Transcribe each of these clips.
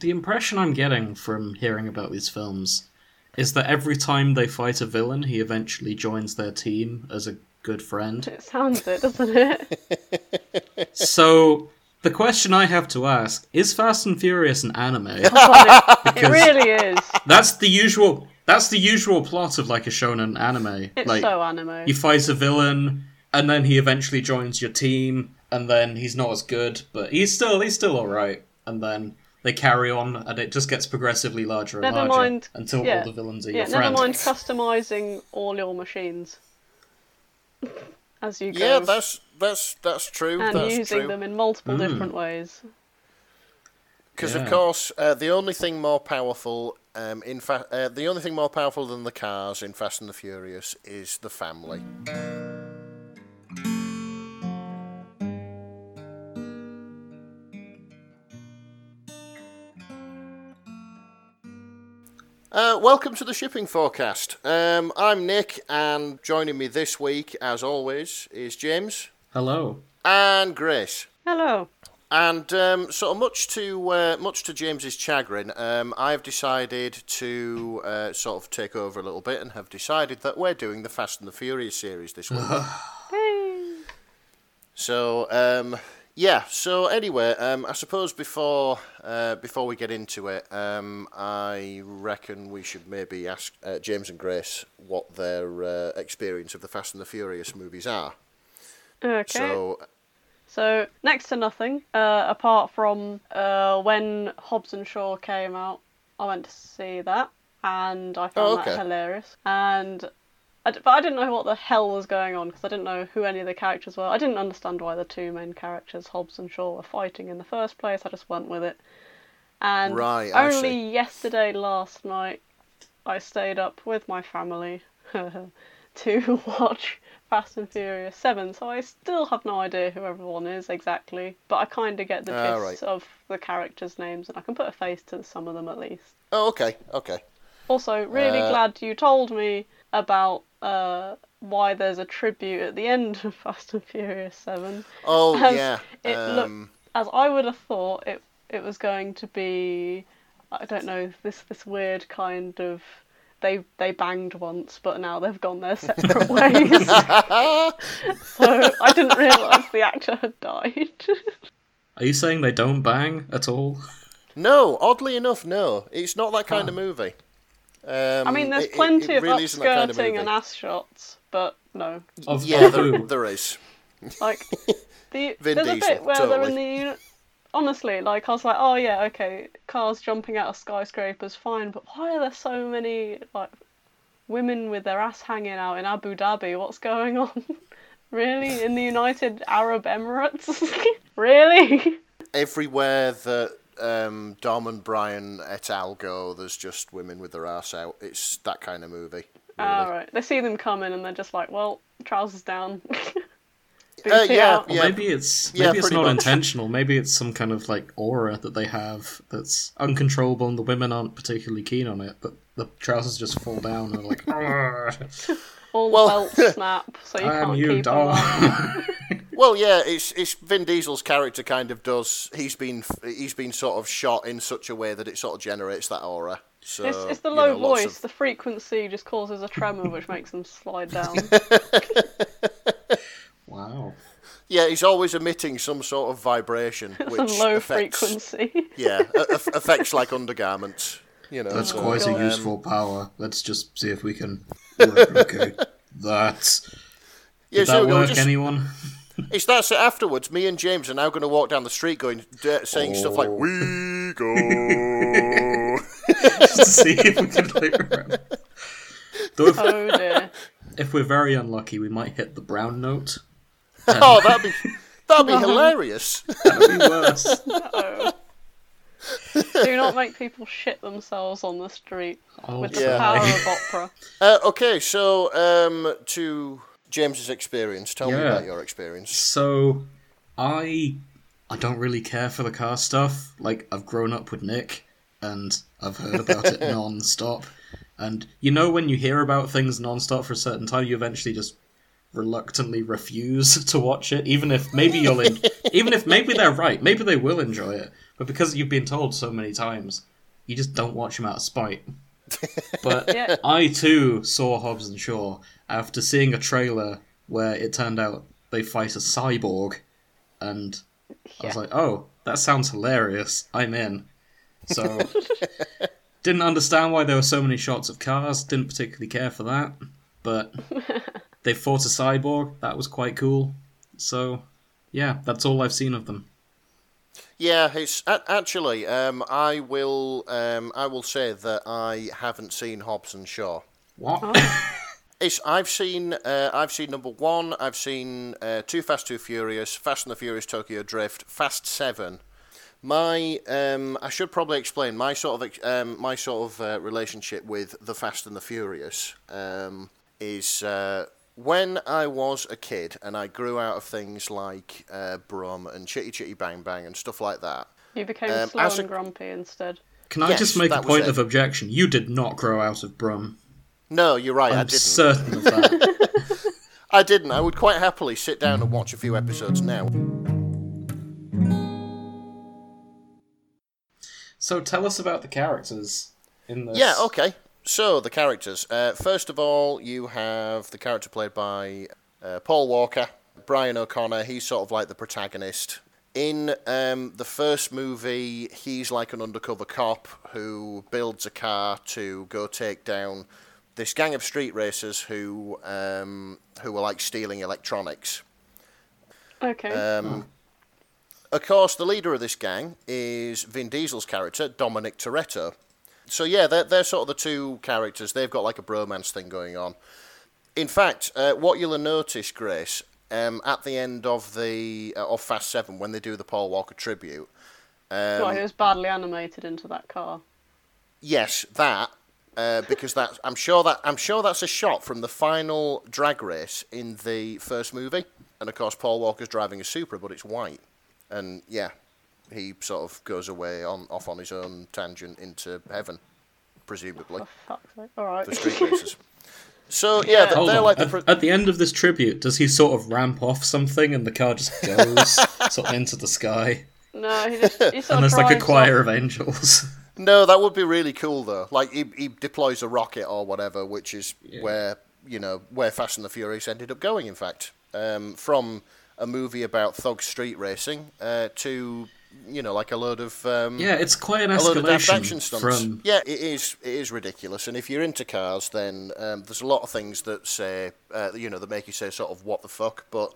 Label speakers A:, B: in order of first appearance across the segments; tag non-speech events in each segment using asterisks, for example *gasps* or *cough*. A: The impression I'm getting from hearing about these films is that every time they fight a villain, he eventually joins their team as a good
B: *laughs*
A: friend.
B: It sounds it, doesn't
C: *laughs*
B: it?
A: so the question I have to ask is: Fast and Furious an
B: *laughs*
A: anime?
B: God, it, it
A: Because-
B: really is.
A: That's the usual. That's the usual plot of like a shonen anime.
B: It's
A: like
B: so anime.
A: he fights a villain, and then he eventually joins your team, and then he's not as good, but he's still he's still all right. And then they carry on, and it just gets progressively larger and
B: Never
A: larger
B: mind-
A: until
B: yeah.
A: all the villains are
B: Yeah,
A: your
B: never
A: friend.
B: mind customizing all your machines *laughs* as you go
C: Yeah, that's that's that's true.
B: and
C: that's
B: using
C: true.
B: them in multiple
A: Hmm.
B: different ways.
C: Because
A: Yeah.
C: of course, uh, the only thing more powerful, um, in fa- uh, the only thing more powerful than the cars in Fast and the Furious is the family. Uh, welcome to the shipping forecast. Um, I'm Nick, and joining me this week, as always, is James
A: Hello.
C: and Grace.
B: Hello.
C: And um, so much to uh, much to James's chagrin, um, I've decided to uh, sort of take over a little bit and have decided that we're doing the Fast and the Furious series this week.
B: Hey.
C: so um, yeah. So anyway, um, I suppose before uh, before we get into it, um, I reckon we should maybe ask uh, James and Grace what their uh, experience of the Fast and the Furious movies are.
B: Okay.
C: So
B: So next to nothing, uh, apart from uh, when Hobbs and Shaw came out, I went to see that, and I found
C: Oh, okay.
B: that hilarious. And I d- but I didn't know what the hell was going on because I didn't know who any of the characters were. I didn't understand why the two main characters, Hobbs and Shaw, were fighting in the first place. I just went with it. And
C: Right, I
B: only
C: see.
B: yesterday, last night, I stayed up with my family *laughs* to watch Fast and Furious 7, so I still have no idea who everyone is exactly, but I kind of get the
C: Ah,
B: gist
C: right.
B: of the characters' names and I can put a face to some of them at least.
C: oh, okay, okay.
B: Also, really
C: Uh,
B: glad you told me about uh, why there's a tribute at the end of *laughs* Fast and Furious 7
C: Oh
B: Um,
C: yeah.
B: it look-
C: um,
B: as I would have thought it it was going to be I don't know this this weird kind of they they banged once but now they've gone their *laughs*
C: *laughs*
B: separate ways.
C: um,
B: so I didn't realise the actor had died. *laughs*
A: Are you saying they don't bang at all?
C: No, oddly enough, no. It's not that kind of movie. Um,
B: I mean, there's
C: it- it-
B: plenty
C: it
B: of
C: really isn't that
B: upskirting
C: kind
B: and
C: of movie.
B: ass shots, but no,
A: Of,
C: Yeah,
A: of
C: there,
A: who?
C: there is. *laughs*
B: like the
C: Vin
B: there's a
C: Diesel,
B: bit where they're in
C: totally.
B: the uni- honestly like i was like oh yeah okay cars jumping out of skyscrapers fine but why are there so many like women with their ass hanging out in abu dhabi what's going on *laughs* really in the united arab emirates *laughs* really
C: Everywhere that um, Dom and Brian et al. go, there's just women with their ass out. It's that kind of movie.
B: all right they see them coming and they're just like well trousers down *laughs*
C: Uh,
B: Booty
C: yeah,
B: out.
A: Or
C: yeah.
A: Maybe it's
C: Yeah,
A: maybe it's
C: pretty
A: not
C: much.
A: intentional. Maybe it's some kind of like aura that they have that's uncontrollable, and the women aren't particularly keen on it. But the trousers just fall down and are
C: *laughs*
A: like, "Arr,
B: all
C: Well,
B: the
C: *laughs*
B: belts snap so you
A: "I'm
B: can't
A: you,
B: keep them
A: doll."
B: on.
C: Well, yeah, it's it's Vin Diesel's character kind of does. He's been he's been sort of shot in such a way that it sort of generates that aura. So
B: It's, it's the
C: Uh, you
B: low
C: know, lots
B: voice.
C: of-
B: The frequency just causes a tremor,
C: *laughs*
B: which makes them slide down.
A: *laughs* wow.
C: yeah, he's always emitting some sort of vibration, *laughs*
B: *laughs*
C: which
B: Some low
C: affects,
B: frequency. *laughs*
C: Yeah, a- a- affects like undergarments. You know,
A: That's
C: so- um,
A: quite
B: God.
A: a useful power. Let's just see if we
C: *laughs*
A: can replicate that.
C: Yeah,
A: Did
C: so
A: that
C: we'll
A: work,
C: just- *laughs*
A: anyone? *laughs*
C: It's that so afterwards. Me and James are now going to walk down the street, going d- saying stuff like
A: Oh.
C: "We go." *laughs*
A: Just to see if we can like, remember. Though if,
B: Oh dear.
A: if we're very unlucky, we might hit the brown note. Um,
C: oh, that'd be that'd be hilarious.
A: that would be worse.
B: Oh. Do
C: *laughs*
B: not make people shit themselves on the street
A: Oh,
B: with the
C: Yeah.
B: power
C: *laughs*
B: of opera.
C: Uh, okay, so um, to James's experience, tell me
A: Yeah.
C: about your experience.
A: So, I I don't really care for the car stuff. Like I've grown up with Nick, and I've heard about it non-stop. And you know when you hear about things non-stop for a certain time, you eventually just reluctantly *laughs* refuse to watch it, even if maybe you'll en- even if maybe they're right, maybe they will enjoy it. But because you've been told so many times, you just don't watch them out of spite. but
B: Yeah.
A: I too saw Hobbs and Shaw after seeing a trailer where it turned out they fight a cyborg, and I was
B: Yeah.
A: like, oh, that sounds hilarious. I'm in. So,
C: *laughs*
A: didn't understand why there were so many shots of cars, didn't particularly care for that,
C: *laughs*
A: but they fought a cyborg, that was quite cool. So, yeah, that's all I've seen of them.
C: Yeah, it's a- actually. Um, I will. Um, I will say that I haven't seen Hobbs and Shaw.
A: What?
C: Oh. It's, I've seen. Uh, I've seen number one. I've seen uh, Too Fast, Too Furious, Fast and the Furious, Tokyo Drift, Fast Seven. My, um, I should probably explain my sort of ex- um, my sort of uh, relationship with the Fast and the Furious um, is uh, when I was a kid and I grew out of things like uh, Brum and Chitty Chitty Bang Bang and stuff like that.
B: You became
C: Um,
B: slow
C: as a-
B: and grumpy instead.
A: Can I
C: Yes,
A: just make a
C: that was
A: point
C: it.
A: of objection? You did not grow out of Brum.
C: No, you're right. I
A: I'm
C: didn't.
A: certain of
C: *laughs*
A: that.
C: I didn't. I would quite happily sit down and watch a few episodes now.
A: so tell us about the characters in this.
C: Yeah, okay. So the characters. Uh, first of all, you have the character played by uh, Paul Walker, Brian O'Connor. He's sort of like the protagonist. In um, the first movie, he's like an undercover cop who builds a car to go take down this gang of street racers who um, who are like stealing electronics.
B: Okay.
C: Um, Of course, the leader of this gang is Vin Diesel's character, Dominic Toretto. So, yeah, they're, they're sort of the two characters. They've got like a bromance thing going on. In fact, uh, what you'll notice, Grace, um, at the end of the uh, of Fast Seven, when they do the Paul Walker tribute,
B: well, he
C: um,
B: was badly animated into that car.
C: yes, that uh, because that I'm sure that I'm sure that's a shot from the final drag race in the first movie, and of course Paul Walker's driving a Supra, but it's white, and yeah, he sort of goes away on off on his own tangent into heaven, presumably
B: For fuck's sake. All right.
C: for street races. So yeah, they're,
A: Hold
C: they're
A: on.
C: like the
A: at,
C: pro-
A: at the end of this tribute, does he sort of ramp off something and the car just
C: *laughs*
A: goes sort of into the sky?
B: no, he just
A: *laughs*
B: he
A: And
B: sort of
A: there's like a
B: drives
A: choir
B: off.
A: of angels. *laughs*
C: No, that would be really cool though. Like he, he deploys a rocket or whatever, which is where you know where Fast and the Furious ended up going. In fact, um, from a movie about thug street racing uh, to you know like a load of um,
A: yeah, it's quite an
C: a load of daft action
A: escalation
C: stunts.
A: from.
C: Yeah, it is it is ridiculous. And if you're into cars, then um, there's a lot of things that say uh, you know that make you say sort of what the fuck. But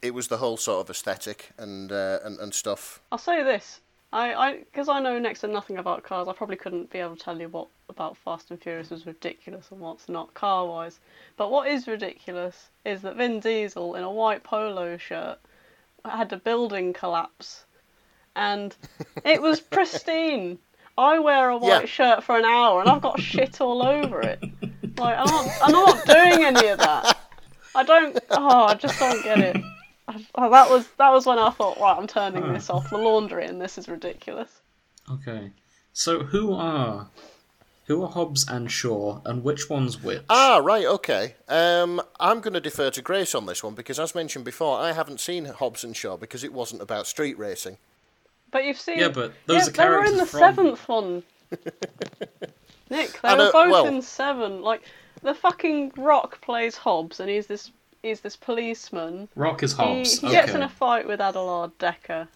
C: it was the whole sort of aesthetic and uh, and, and stuff.
B: I'll say this. I, I, because I know next to nothing about cars, I probably couldn't be able to tell you what about Fast and Furious was ridiculous and what's not car wise. But what is ridiculous is that Vin Diesel in a white polo shirt had a building collapse, and it
C: *laughs*
B: was pristine. I wear a white
C: Yeah.
B: shirt for an hour and I've got shit all over it. Like I'm not, I'm not
C: *laughs*
B: doing any of that. I don't. Oh, I just don't get it. Oh, that was that was when I thought, right, I'm turning this off. The laundry in this is ridiculous.
A: Okay, so who are who are Hobbs and Shaw, and which one's which?
C: Ah, right, okay. Um, I'm going to defer to Grace on this one because, as mentioned before, I haven't seen Hobbs and Shaw because it wasn't about street racing.
B: But you've seen.
A: Yeah, but those are
B: they were in
A: characters
B: the
A: from-
B: seventh
C: *laughs*
B: one. Nick, they
C: I
B: were
C: know-
B: both
C: well-
B: in seven. Like the fucking Rock plays Hobbs, and he's this he's this policeman.
A: Rock is
B: He,
A: Hobbs.
B: he
A: okay.
B: gets in a fight with Adelard Decker.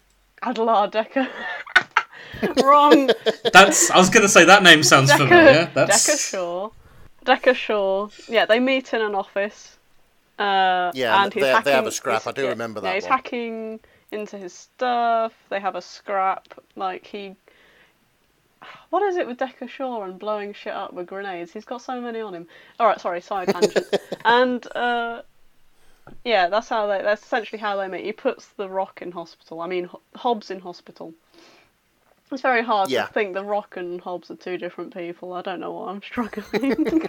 B: Adelard Decker. *laughs* Wrong.
A: *laughs* That's. I was gonna say that name sounds familiar.
B: Decker,
A: That's
B: Decker Shaw. Decker Shaw. Yeah, they meet in an office. Uh,
C: Yeah,
B: and
C: they-
B: he's
C: they have
B: hacking-
C: a scrap.
B: he's-
C: I do
B: yeah,
C: remember
B: yeah,
C: that
B: he's
C: one.
B: hacking into his stuff. They have a scrap. Like he, what is it with Decker Shaw and blowing shit up with grenades? He's got so many on him. All right, sorry, side
C: *laughs*
B: tangent. and uh, yeah, that's how they. That's essentially how they meet. He puts the Rock in hospital. I mean, Ho- Hobbs in hospital. It's very hard
C: Yeah.
B: to think the Rock and Hobbs are two different people. I don't know why I'm *laughs*
C: *laughs*
B: struggling.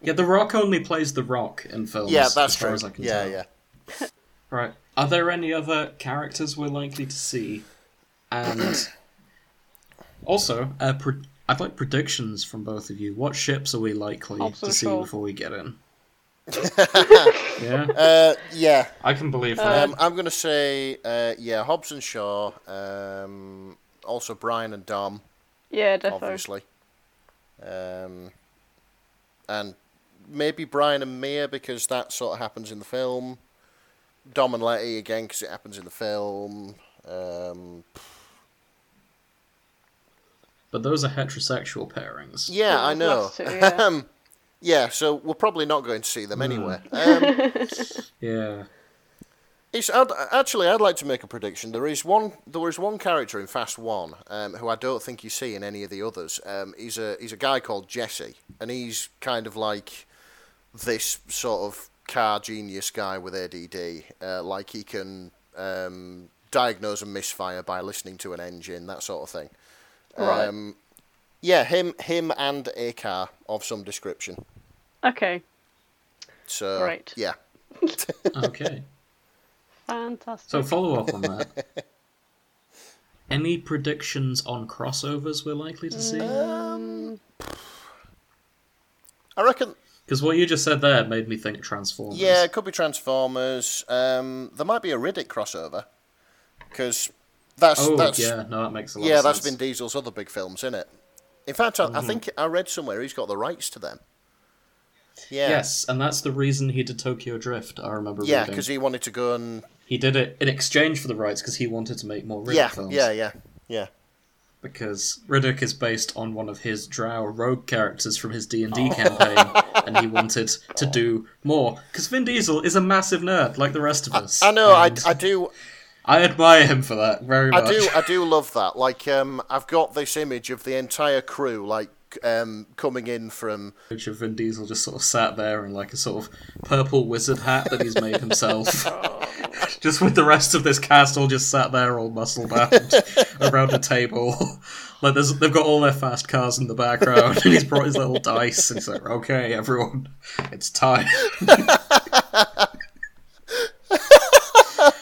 A: Yeah, The Rock only plays The Rock in films.
C: yeah, that's
A: as far
C: true.
A: As I can
C: yeah,
A: tell.
C: yeah.
A: Right. Are there any other characters we're likely to see? And *clears throat* also, uh, pre- I'd like predictions from both of you. What ships are we likely
C: Oh,
B: Hobbs
A: to
B: and
A: see
B: Shaw.
C: *laughs*
A: before we get in? Yeah,
C: Uh, yeah,
A: I can believe that.
C: um, I'm going to say uh, yeah. Hobbs and Shaw. Um, also Brian and Dom,
B: Yeah, definitely.
C: obviously. Um, and maybe Brian and Mia because that sort of happens in the film. Dom and Letty again because it happens in the film. Um,
A: But those are heterosexual pairings.
C: yeah, I know.
B: Last two, yeah.
C: *laughs* um, yeah, so we're probably not going to see them anyway.
B: Hmm.
C: Um,
B: *laughs*
A: Yeah.
C: It's, I'd, actually, I'd like to make a prediction. There is one. There is one character in Fast One um, who I don't think you see in any of the others. Um, he's a he's a guy called Jesse, and he's kind of like this sort of car genius guy with ADD. Uh, like he can um, diagnose a misfire by listening to an engine, that sort of thing.
B: Right.
C: Um, yeah, him him and a car of some description.
B: Okay.
C: So
B: Right.
C: yeah,
A: Okay.
B: Fantastic.
A: So follow up on
C: *laughs*
A: that. Any predictions on crossovers we're likely to see?
C: Uh, I reckon
A: Because what you just said there made me think Transformers.
C: Yeah, it could be Transformers. Um, there might be a Riddick crossover because that's
A: Oh,
C: that's yeah,
A: yeah. No, that makes a lot.
C: that's
A: of sense. Mm-hmm.
C: Vin Diesel's other big films, isn't it? In fact, I, I think I read somewhere he's got the rights to them. Yeah,
A: Yes, and that's the reason he did Tokyo Drift. I remember.
C: yeah,
A: reading.
C: because he wanted to go and
A: He did it in exchange for the rights because he wanted to make more Riddick
C: yeah,
A: films.
C: yeah, yeah, yeah.
A: Because Riddick is based on one of his Drow rogue characters from his D and
C: Oh.
A: D
C: *laughs*
A: campaign, and he wanted to do more. Because Vin Diesel is a massive nerd, like the rest of us.
C: I know. I,
A: and
C: I do.
A: I admire him for that very much.
C: I do. I do love that. Like, um, I've got this image of the entire crew like um coming in from
A: Picture of Vin Diesel just sort of sat there in like a sort of purple wizard hat that he's made himself.
C: *laughs* Oh,
A: just with the rest of this cast all just sat there all muscle
C: *laughs*
A: bound around a table. Like there's, they've got all their fast cars in the background and he's brought his little dice and he's like, Okay, everyone, it's time.
C: that's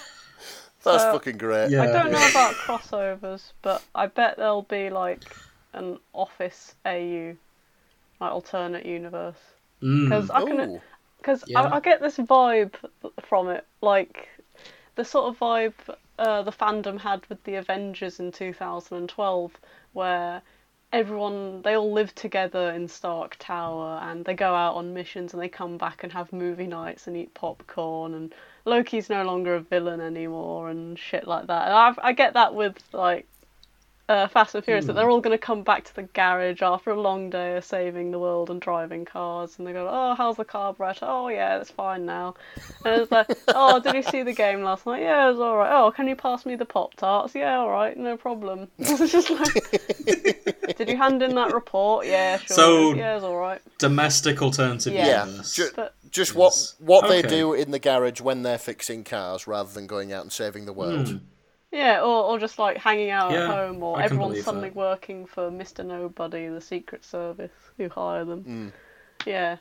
B: Uh,
C: fucking great.
A: Yeah.
B: I don't know about crossovers, but I bet there'll be like an Office AU, like alternate universe.
A: Hmm.
B: Because I can,
C: Hmm. Ooh.
B: because
A: Yeah.
B: I, I get this vibe from it, like the sort of vibe uh, the fandom had with the Avengers in 2012, where everyone they all live together in Stark Tower and they go out on missions and they come back and have movie nights and eat popcorn and Loki's no longer a villain anymore and shit like that. And I've, I get that with like uh, Fast and Furious that they're all going to come back to the garage after a long day of saving the world and driving cars and they go, oh, how's the carburetor? Oh yeah, it's fine now. And it's like, oh, did you see the game last night? Yeah, it was all right. Oh, can you pass me the pop tarts? Yeah, all right, no problem. *laughs* it's just like, did you hand in that report? Yeah, sure.
A: So-
B: yeah, it's all right.
A: Domestic alternative
B: Yeah.
A: universe.
C: Ju-
B: But
C: just
A: Yes.
C: what what they
A: Okay.
C: do in the garage when they're fixing cars rather than going out and saving the world.
A: Hmm.
B: yeah, or, or just like hanging out
A: Yeah,
B: at home, or
A: I can
B: everyone
A: believe
B: suddenly
A: that.
B: working for Mister Nobody, the Secret Service, who hire them.
A: Mm.
B: Yeah,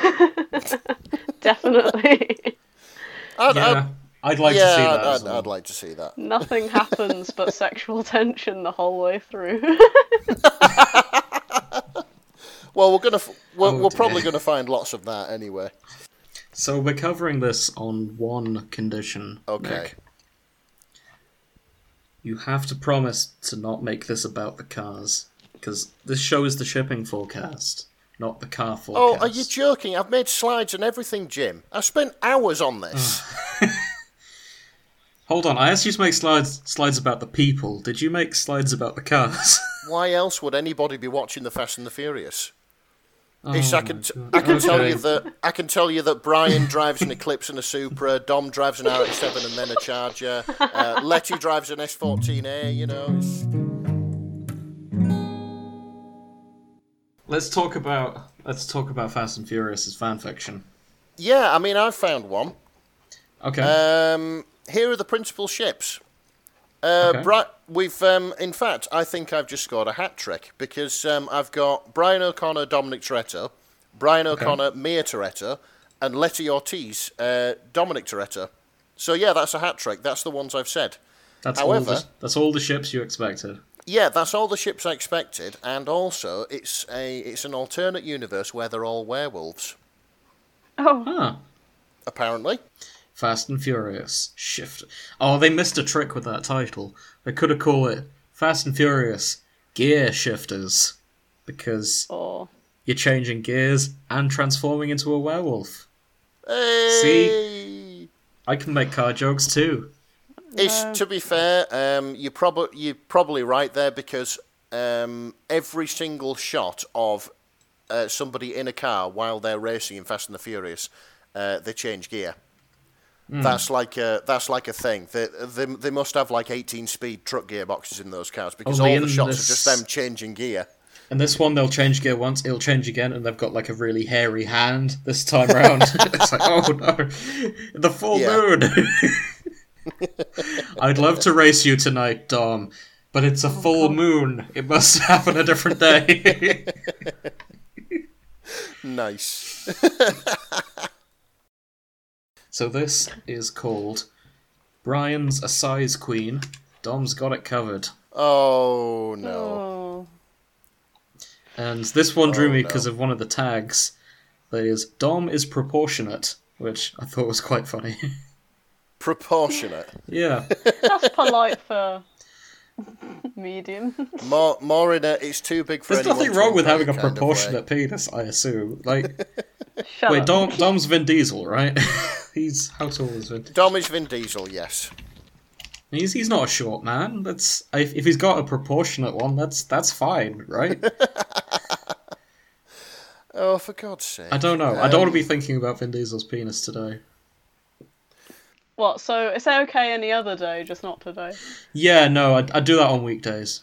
B: *laughs* definitely. *laughs*
C: I'd,
A: yeah. I'd like
C: I'd, uh, yeah,
A: to see
C: I'd,
A: that. as
C: I'd,
A: well.
C: I'd like to see that.
B: Nothing happens but sexual tension the whole way through. *laughs*
C: Well, we're gonna f- we're,
A: Oh,
C: we're
A: dear.
C: probably gonna find lots of that anyway.
A: So we're covering this on one condition.
C: Okay.
A: Nick. You have to promise to not make this about the cars, because this show is the shipping forecast, not the car
C: Oh,
A: forecast.
C: are you joking? I've made slides and everything, Jim. I spent hours on this.
A: Hold on, I asked you to make slides slides about the people. Did you make slides about the cars? *laughs*
C: Why else would anybody be watching the Fast and the Furious?
A: Oh
C: It's- I
A: my
C: can, t-
A: God.
C: I can tell
A: Okay.
C: you that I can tell you that Brian drives an Eclipse and a Supra, Dom drives an RX-7 and then a Charger, uh, Letty drives an S14A. You know. It's...
A: Let's talk about let's talk about Fast and Furious as fan fiction.
C: Yeah, I mean, I found one.
A: Okay.
C: Um, here are the principal ships. Uh,
A: Okay.
C: Bri- we've, um, in fact, I think I've just scored a hat trick because um, I've got Brian O'Connor, Dominic Toretto, Brian O'Connor, Mia Toretto, and Letty Ortiz, uh, Dominic Toretto. So yeah, that's a hat trick. That's the ones I've said.
A: that's all
C: however-
A: the, that's all the ships you expected.
C: Yeah, that's all the ships I expected, and also it's a it's an alternate universe where they're all werewolves.
B: Oh,
A: Huh.
C: apparently.
A: Fast and Furious Shift. Oh, they missed a trick with that title. They could have called it Fast and Furious Gear Shifters because
B: or
A: you're changing gears and transforming into a werewolf.
C: Hey!
A: I can make car jokes too.
C: Ish, to be fair, um, you probably you're probably right there because um, every single shot of uh, somebody in a car while they're racing in Fast and the Furious, uh, they change gear.
A: Hmm.
C: That's like a that's like a thing. They, they they must have like 18 speed truck gearboxes in those cars because
A: Only
C: all the
A: in
C: shots
A: this-
C: are just them changing gear.
A: And this one, they'll change gear once, it'll change again, and they've got like a really hairy hand this time around. it's like, oh no, the full
C: Yeah.
A: moon. *laughs* I'd love to race you tonight, Dom, but it's a full moon. It must *laughs* happen a different day.
C: Nice.
A: so this is called Brian's a size queen. Dom's got it covered.
C: Oh no.
B: oh,
A: And this one drew
C: Oh,
A: me
C: no.
A: because of one of the tags. That is, Dom is proportionate, which I thought was quite funny. *laughs*
C: Proportionate. *laughs*
A: yeah.
B: that's polite for medium. *laughs*
C: More more in a it's too big for
A: There's
C: anyone
A: nothing
C: to
A: wrong with
C: enjoy
A: having a
C: kind of way.
A: proportionate penis, I assume.
C: *laughs*
A: Like,
B: Shut
A: wait,
B: up.
A: Dom, Dom's Vin Diesel, right? *laughs* he's how tall is Vin?
C: Dom is Vin Diesel, yes.
A: He's he's not a short man. That's if, if he's got a proportionate one, that's that's fine,
C: *laughs*
A: right?
C: Oh, for God's sake. Um,
A: I don't know. I don't want to be thinking about Vin Diesel's penis today.
B: What? So it's okay any other day, just not today.
A: Yeah, no, I, I do that on weekdays.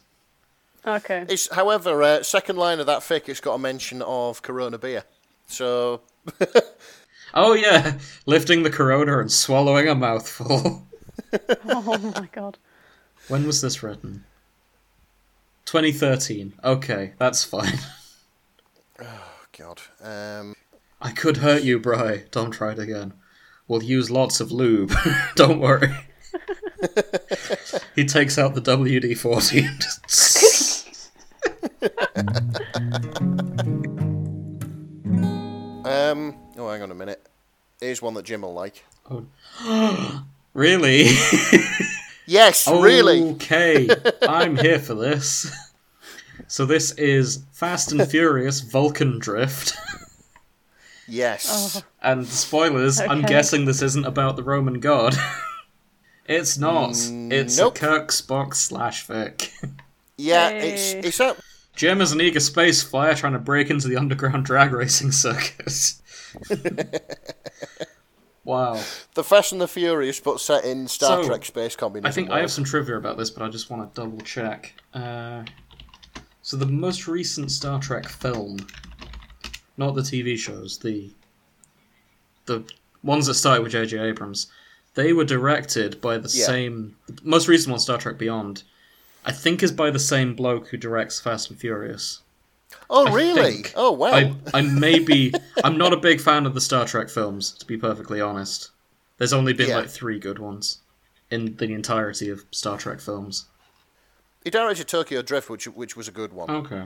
B: Okay.
C: It's, however, uh, second line of that fic, it's got a mention of Corona beer. So,
A: Oh yeah, *laughs* lifting the corona and swallowing a mouthful. *laughs*
B: Oh my god.
A: when was this written? 2013. Okay, that's fine. *laughs*
C: oh God. Um,
A: I could hurt you, Bry. Don't try it again. We'll use lots of lube. *laughs* Don't worry. he takes out the WD 40.
C: um, oh, hang on a minute. Here's one that Jim will like.
A: *laughs* really?
C: Yes,
A: Oh.
C: really.
A: Okay, I'm here for this. *laughs* So, this is Fast and Furious Vulcan Drift. *laughs*
C: Yes.
A: And spoilers, I'm
B: Okay.
A: guessing this isn't about the Roman god. *laughs* it's not. it's
C: nope.
A: a Kirk's box slash fic.
C: Yeah,
B: Hey.
C: it's it's that.
A: *laughs* Jim is an eager space flyer trying to break into the underground drag racing circus. wow.
C: The Fast and the Furious, but set in Star
A: So,
C: Trek space communism.
A: I think I have some trivia about this, but I just want to double check. Uh, so, the most recent Star Trek film, not the TV shows, the the ones that started with J.J. Abrams, they were directed by the
C: Yeah.
A: same. The most recent one, Star Trek Beyond, I think is by the same bloke who directs Fast and Furious.
C: Oh,
A: I
C: really?
A: think.
C: Oh, wow.
A: I, I maybe I'm not a big fan of the Star Trek films, to be perfectly honest. There's only been
C: Yeah.
A: like three good ones in the entirety of Star Trek films.
C: He directed Tokyo Drift, which which was a good one.
A: Okay.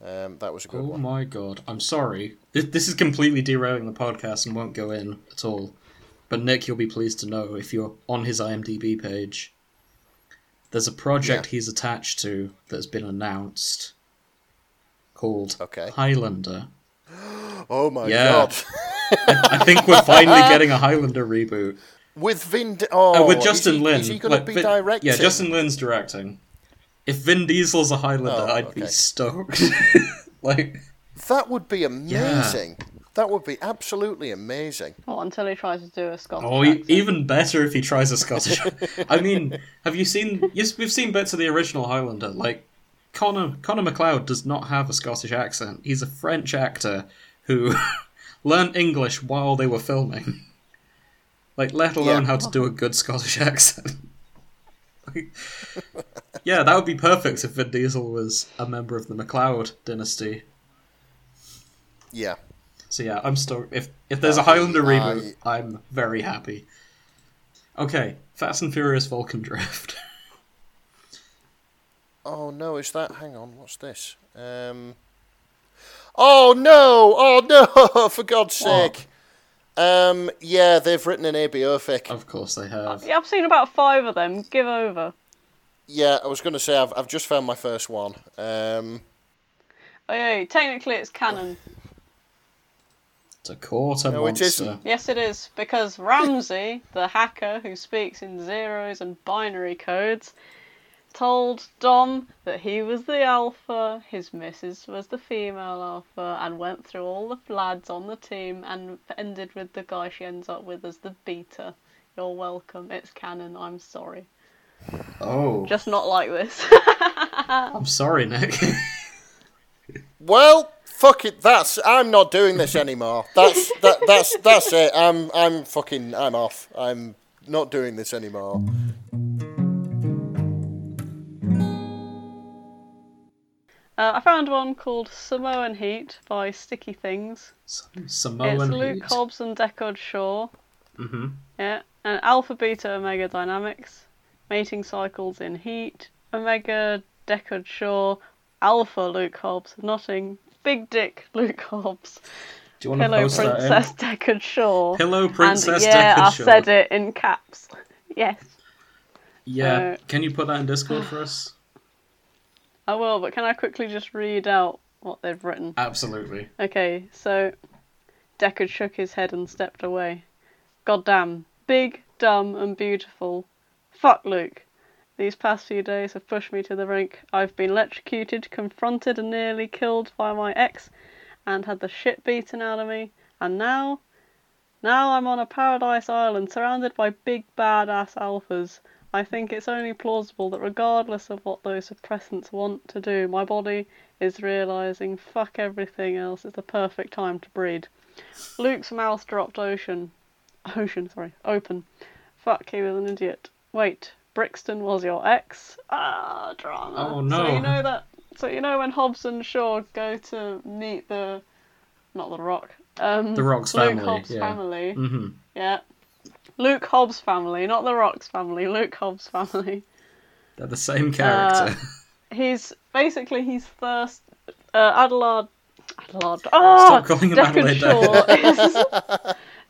C: Um, that was a good
A: Oh
C: one.
A: my god. I'm sorry. This, this is completely derailing the podcast and won't go in at all. But Nick, you'll be pleased to know if you're on his IMDb page, there's a project he's attached to that's been announced called
C: Okay.
A: Highlander.
C: Oh my
A: Yeah.
C: God.
A: I think we're
C: *laughs*
A: finally getting a Highlander reboot.
C: With Vin. D- oh,
A: Uh, with
C: is
A: Justin
C: he-
A: Lin.
C: Is he going
A: like,
C: to be
A: Vin-
C: directing?
A: Yeah, Justin Lin's directing. If Vin Diesel's a Highlander,
C: Oh,
A: I'd be
C: okay. *laughs*
A: stoked. *laughs* like,
C: That would be amazing. That would be absolutely amazing.
B: Well, until he tries to do a Scottish
A: oh, e-
B: accent.
A: even better if he tries a
B: *laughs*
A: Scottish. I mean, have you seen? Yes, we've seen bits of the original Highlander. Like, Connor Connor McLeod does not have a Scottish accent. He's a French actor who *laughs* learned English while they were filming. Like, let alone
C: Yeah.
A: how to do a good Scottish *laughs* accent. Like, yeah, that would be perfect if Vin Diesel was a member of the McLeod dynasty.
C: Yeah.
A: So yeah, I'm stoked. If if there's a
C: Uh,
A: Highlander reboot, I'm very happy. Okay, Fast and Furious Vulcan *laughs* Drift.
C: Oh no, is that? Hang on, what's this? Um. Oh *laughs* no! Oh no! For God's
A: What?
C: sake! Um, yeah, they've written an ABO fic.
A: Of course they have.
B: Yeah, I've seen about five of them. Give over.
C: Yeah, I was going to say I've, I've just found my first one. Um,
B: Oh, yeah, technically it's canon.
A: It's a quarter
C: No, it
A: monster.
C: isn't.
B: Yes, it is, because Ramsey, the hacker who speaks in zeros and binary codes, told Dom that he was the alpha, his missus was the female alpha, and went through all the lads on the team and ended with the guy she ends up with as the beta. You're welcome, it's canon, I'm sorry.
A: Oh,
B: Just not like this. *laughs* Uh,
A: I'm sorry, Nick. *laughs*
C: well, fuck it. That's I'm not doing this anymore. That's that, that's that's it. I'm I'm fucking I'm off. I'm not doing this anymore.
B: uh, I found one called Samoan Heat by Sticky Things.
A: Some
B: it's
A: Samoan
B: Luke
A: heat.
B: Hobbs and Deckard Shaw.
A: hmm
B: Yeah, and alpha, beta, omega dynamics, mating cycles in heat, omega, Deckard Shaw, alpha, Luke Hobbs, Notting, big dick, Luke Hobbs,
A: Do you want to
B: pillow
A: post that
B: princess,
A: in?
B: Deckard Shaw,
A: Pillow Princess
B: and yeah,
A: Deckard
B: I
A: Shaw.
B: said it in caps. Yes,
A: Yeah,
B: Uh,
A: can you put that in Discord for us?
B: I will. But can I quickly just read out what they've written?
A: Absolutely.
B: Okay, so Deckard shook his head and stepped away. Goddamn. Big, dumb, and beautiful. Fuck Luke. These past few days have pushed me to the brink. I've been electrocuted, confronted, and nearly killed by my ex, and had the shit beaten out of me. And now, now I'm on a paradise island surrounded by big badass alphas. I think it's only plausible that, regardless of what those suppressants want to do, my body is realizing fuck everything else, it's the perfect time to breed. Luke's mouth dropped ocean. Ocean, sorry, open. Fuck, he was an idiot. Wait, Brixton was your ex? Ah, drama.
A: Oh, no.
B: So you know that. So you know when Hobbs and Shaw go to meet the, not the Rock. Um,
A: The Rock's
B: Luke
A: family,
B: Hobbs
A: yeah.
B: family.
A: hmm
B: Yeah. Luke Hobbs family, not the Rock's family. Luke Hobbs family.
A: They're the
B: Uh,
A: same character.
B: He's basically he's thirst. Uh, Adelard. Adelard.
A: *laughs*
B: Oh,
A: Stop calling him
B: Deckard
A: Adelaide Dale.
B: Shaw. Is,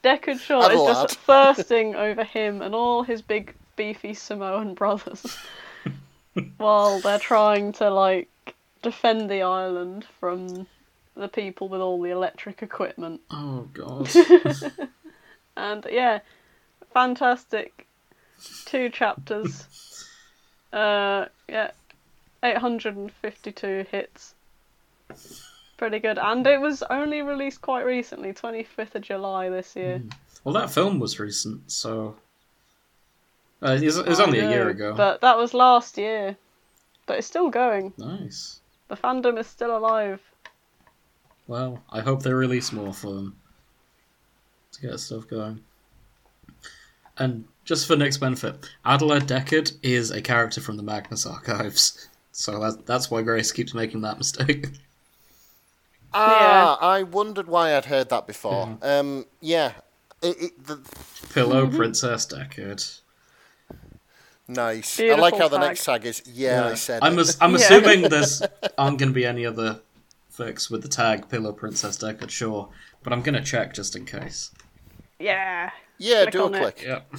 B: Deckard Shaw is
C: Adelard.
B: just thirsting over him and all his big beefy Samoan *laughs* brothers, while they're trying to like defend the island from the people with all the electric equipment.
A: *laughs* oh god.
B: *laughs* And Um, yeah, fantastic. Two chapters.
A: *laughs*
B: uh, yeah, 852 hits. Pretty good. And it was only released quite recently, 25th of July this
A: Mm.
B: year.
A: Well, that film was recent, so uh, it was, it was only
B: I
A: a year
B: know,
A: ago.
B: Oh, But that was last year. But it's still going.
A: Nice.
B: The fandom is still alive.
A: Well, I hope they release more for them to get stuff going. And just for Nick's benefit, Adela Deckard is a character from the Magnus Archives, so that's, that's why Grace keeps making that *laughs* mistake.
C: Ah, I wondered why I'd heard that before.
B: Hmm.
C: Um, yeah. It, it, the,
A: Pillow
B: Mm-hmm.
A: Princess Deckard.
C: nice. I
B: Beautiful
C: like how the
B: tag.
C: next tag is. Yeah, I said.
A: I'm,
C: it.
A: as- I'm
B: *laughs* Yeah.
A: assuming there's aren't going to be any other fix with the tag Pillow Princess Deckard Sure, but I'm going to check just in case.
B: Yeah.
C: yeah,
B: click
C: do a
B: on it.
C: click.
A: Yep.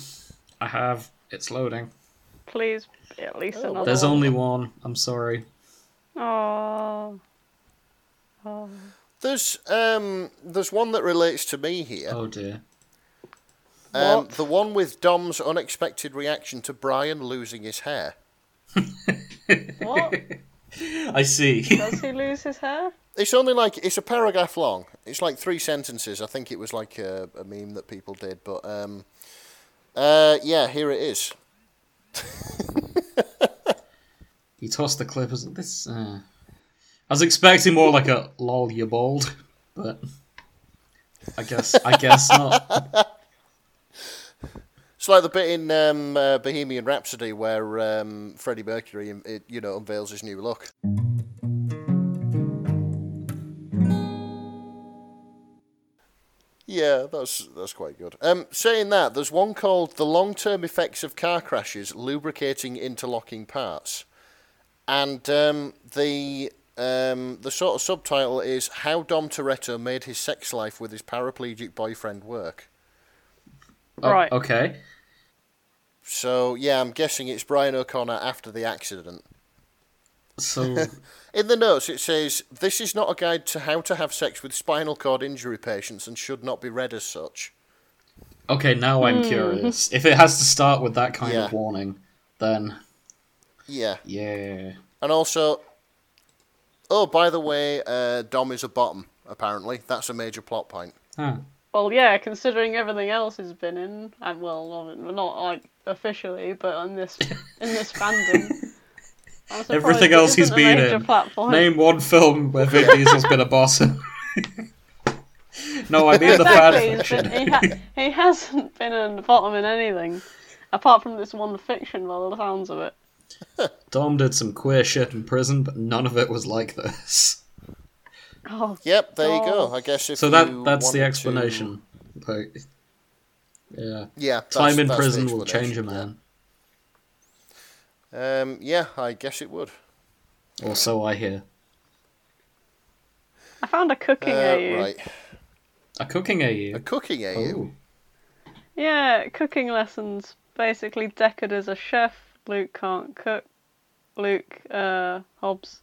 A: I have. It's loading.
B: Please, at least another
A: There's
B: one.
A: only one. I'm sorry.
B: Oh.
A: *laughs*
B: Oh.
C: There's um, there's one that relates to me here.
A: Oh dear. *laughs*
C: Um,
B: Uh, What?
C: the one with Dom's unexpected reaction to Brian losing his hair.
B: What?
A: I *laughs* see.
B: Does he lose his hair?
C: It's only like it's a paragraph long. It's like three sentences. I think it was like a, a meme that people did, but um, uh, yeah, here it is.
A: He tossed the clippers. This. Uh... I was expecting more like a "lol, you're bald," but I guess I guess not.
C: It's like the bit in um, uh, Bohemian Rhapsody where um, Freddie Mercury, um, it, you know, unveils his new look. Yeah, that's that's quite good. Um, saying that, there's one called "The Long-Term Effects of Car Crashes: Lubricating Interlocking Parts," and um, the um, the sort of subtitle is "How Dom Toretto Made His Sex Life with His Paraplegic Boyfriend Work."
A: Oh,
B: Right.
A: Okay.
C: So yeah, I'm guessing it's Brian O'Connor after the accident.
A: So
C: In the notes, it says this is not a guide to how to have sex with spinal cord injury patients and should not be read as such.
A: okay, now I'm curious. If it has to start with that kind
C: Yeah.
A: of warning, then
C: Yeah,
A: yeah.
C: and also, oh by the way, uh, Dom is a bottom. Apparently, that's a major plot point.
A: Huh.
B: Well, yeah, considering everything else he's been in, and well, not, not like officially, but on this in
C: *laughs*
B: this fandom, I'm surprised
A: Everything
B: it
A: else he's
B: isn't a
A: been
B: major
A: in.
B: Platform.
A: Name one film where Vin Diesel's been a boss. *laughs* in. no, I mean the
B: exactly.
A: fan
B: he's been-
A: fiction.
B: he, ha- he *laughs* hasn't been in the bottom in anything, apart from this one fiction. By the sounds of it,
A: Dom did some queer shit in prison, but none of it was like this.
B: oh,
C: Yep, there you
B: Oh.
C: go. I guess if
A: So that
C: you
A: that's the
C: wanted to-
A: explanation. Like, yeah,
C: Yeah, that's-
A: time in
C: that's the
A: prison will
C: explanation,
A: change a
C: yeah.
A: man,
C: Um, yeah, I guess it would.
A: or so I hear.
B: I found a cooking
C: Uh,
B: AU.
C: right,
A: A cooking AU.
C: a cooking AU.
A: Oh,
B: Yeah, cooking lessons. Basically, Deckard is a chef. Luke can't cook. Luke uh, Hobbs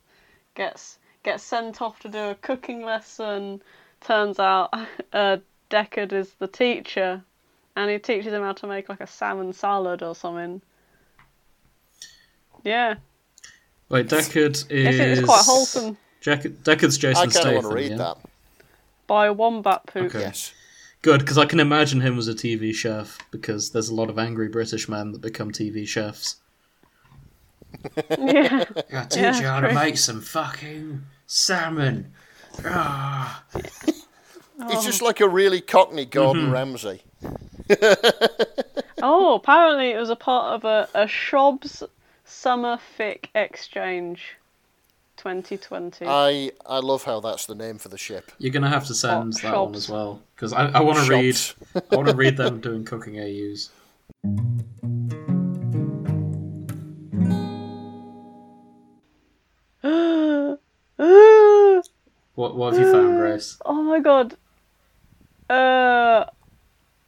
B: gets gets sent off to do a cooking lesson. Turns out *laughs* uh, Deckard is the teacher, and he teaches him how to make like a salmon salad or something. Yeah,
A: wait, Deckard
B: it's,
A: is.
B: it's quite wholesome.
A: Jack- Deckard's
C: I
A: Jason
C: kind of
A: Statham.
C: want to read
A: yeah?
C: that.
B: By wombat poop.
A: Okay.
C: Yes.
A: Good, because I can imagine him as a TV chef because there's a lot of angry British men that become TV chefs.
B: *laughs* Yeah,
A: I teach
B: Yeah, you how to true.
A: make some fucking salmon. Ah.
C: It's just like a really cockney Gordon
A: Mm-hmm.
C: Ramsay.
B: Oh, apparently it was a part of a, a Shob's Summer Fic Exchange 2020.
A: Uh.
B: *gasps*
C: I I love how that's the name for the ship.
A: You're gonna have to send
B: Oh,
A: that one
B: shops.
A: as well because I, I want to read.
C: Shops.
A: I want to read them doing cooking AUs.
B: oh
A: What What have you
B: Uh,
A: found, Grace?
B: my god. Uh,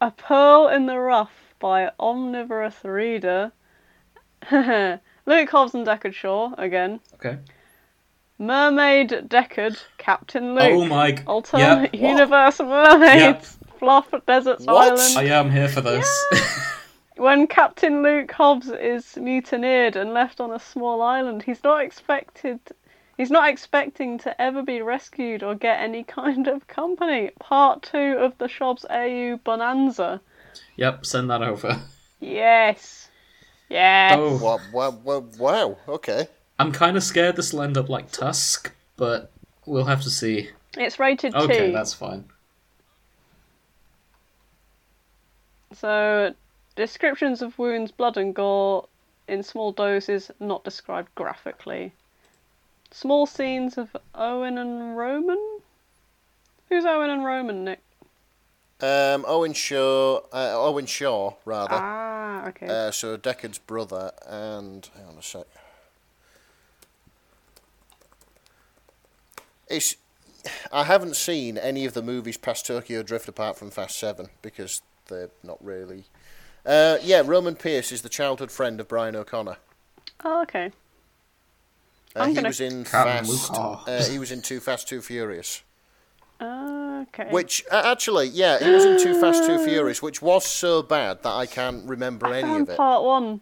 B: a Pearl in the Rough by Omnivorous Reader. *laughs* Luke Hobbs and Deckard Shaw again.
A: Okay.
B: Mermaid Deckard, Captain Luke.
A: Oh my. g-
B: Alternate
A: yeah.
B: universe mermaids, fluff at Desert's
C: What?
A: I
B: Island.
A: am here for this.
B: When Captain Luke Hobbs is mutineered and left on a small island, he's not expected. He's not expecting to ever be rescued or get any *laughs* kind of company. Part two of the Shob's AU Bonanza.
A: *laughs* yep. Send that over.
B: Yes. Yes.
A: Oh.
C: Wow, wow, wow, wow. Okay.
A: I'm kind of scared this will end up like Tusk, but we'll have to see.
B: It's rated
A: Okay,
B: two.
A: that's fine.
B: So, descriptions of wounds, blood, and gore in small doses, not described graphically. Small scenes of Owen and Roman? Who's Owen and Roman, Nick?
C: Um, Owen Shaw. Uh, Owen Shaw, rather.
B: Ah, okay.
C: Uh, so Deckard's brother, and hang on a sec. It's. I haven't seen any of the movies past Tokyo Drift apart from Fast Seven because they're not really. Uh, yeah, Roman Pierce is the childhood friend of Brian O'Connor.
B: oh, okay.
C: Uh,
B: I'm
C: he
B: gonna-
C: was in
A: Captain
C: Fast.
A: Lucar.
C: Uh, he was in Too Fast, Too Furious.
B: Okay.
C: Which uh, actually, yeah, he was in Too Fast, Too Furious, which was so bad that I can't remember
B: I
C: any of
B: found
C: it.
B: part one.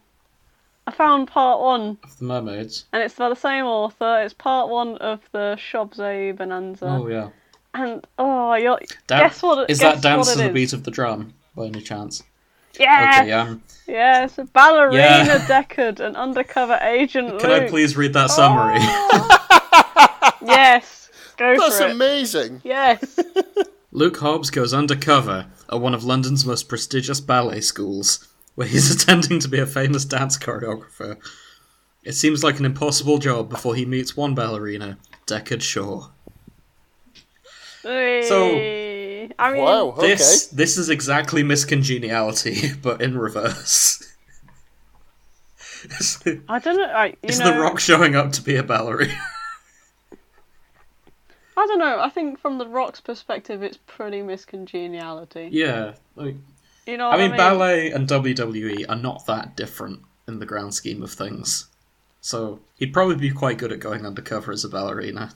B: I found part one,
A: Of the mermaids.
B: and it's by the same author. It's part one of the Shob's AU Bonanza.
A: Oh yeah.
B: And, oh, you're.
A: Dan-
B: guess what?
A: Is
B: guess
A: that dance
B: what
A: to
B: it
A: the
B: is.
A: beat of the drum by any chance?
B: Yes!
A: Okay, um,
B: Yes, ballerina
A: Yeah. *laughs*
B: Deckard, an undercover agent.
A: can
B: Luke. Oh.
A: I please read that summary?
B: Yes, go
C: That's
B: for it.
C: amazing. *laughs*
B: yes,
A: Luke Hobbs goes undercover at one of London's most prestigious ballet schools, where he's *laughs* attending to be a famous dance choreographer. It seems like an impossible job before he meets one ballerina, Deckard Shaw.
B: Hey. I mean,
C: Wow. Okay.
A: This this is exactly miscongeniality, *laughs* but in reverse. *laughs* it's
B: I don't know. Like, you
A: it's
B: know,
A: the Rock showing up to be a ballerina. *laughs*
B: I don't know. I think from the Rock's perspective, it's pretty miscongeniality.
A: yeah, like
B: You know,
A: I
B: what
A: mean, ballet and WWE are not that different in the grand scheme of things. So he'd probably be quite good at going undercover as a ballerina.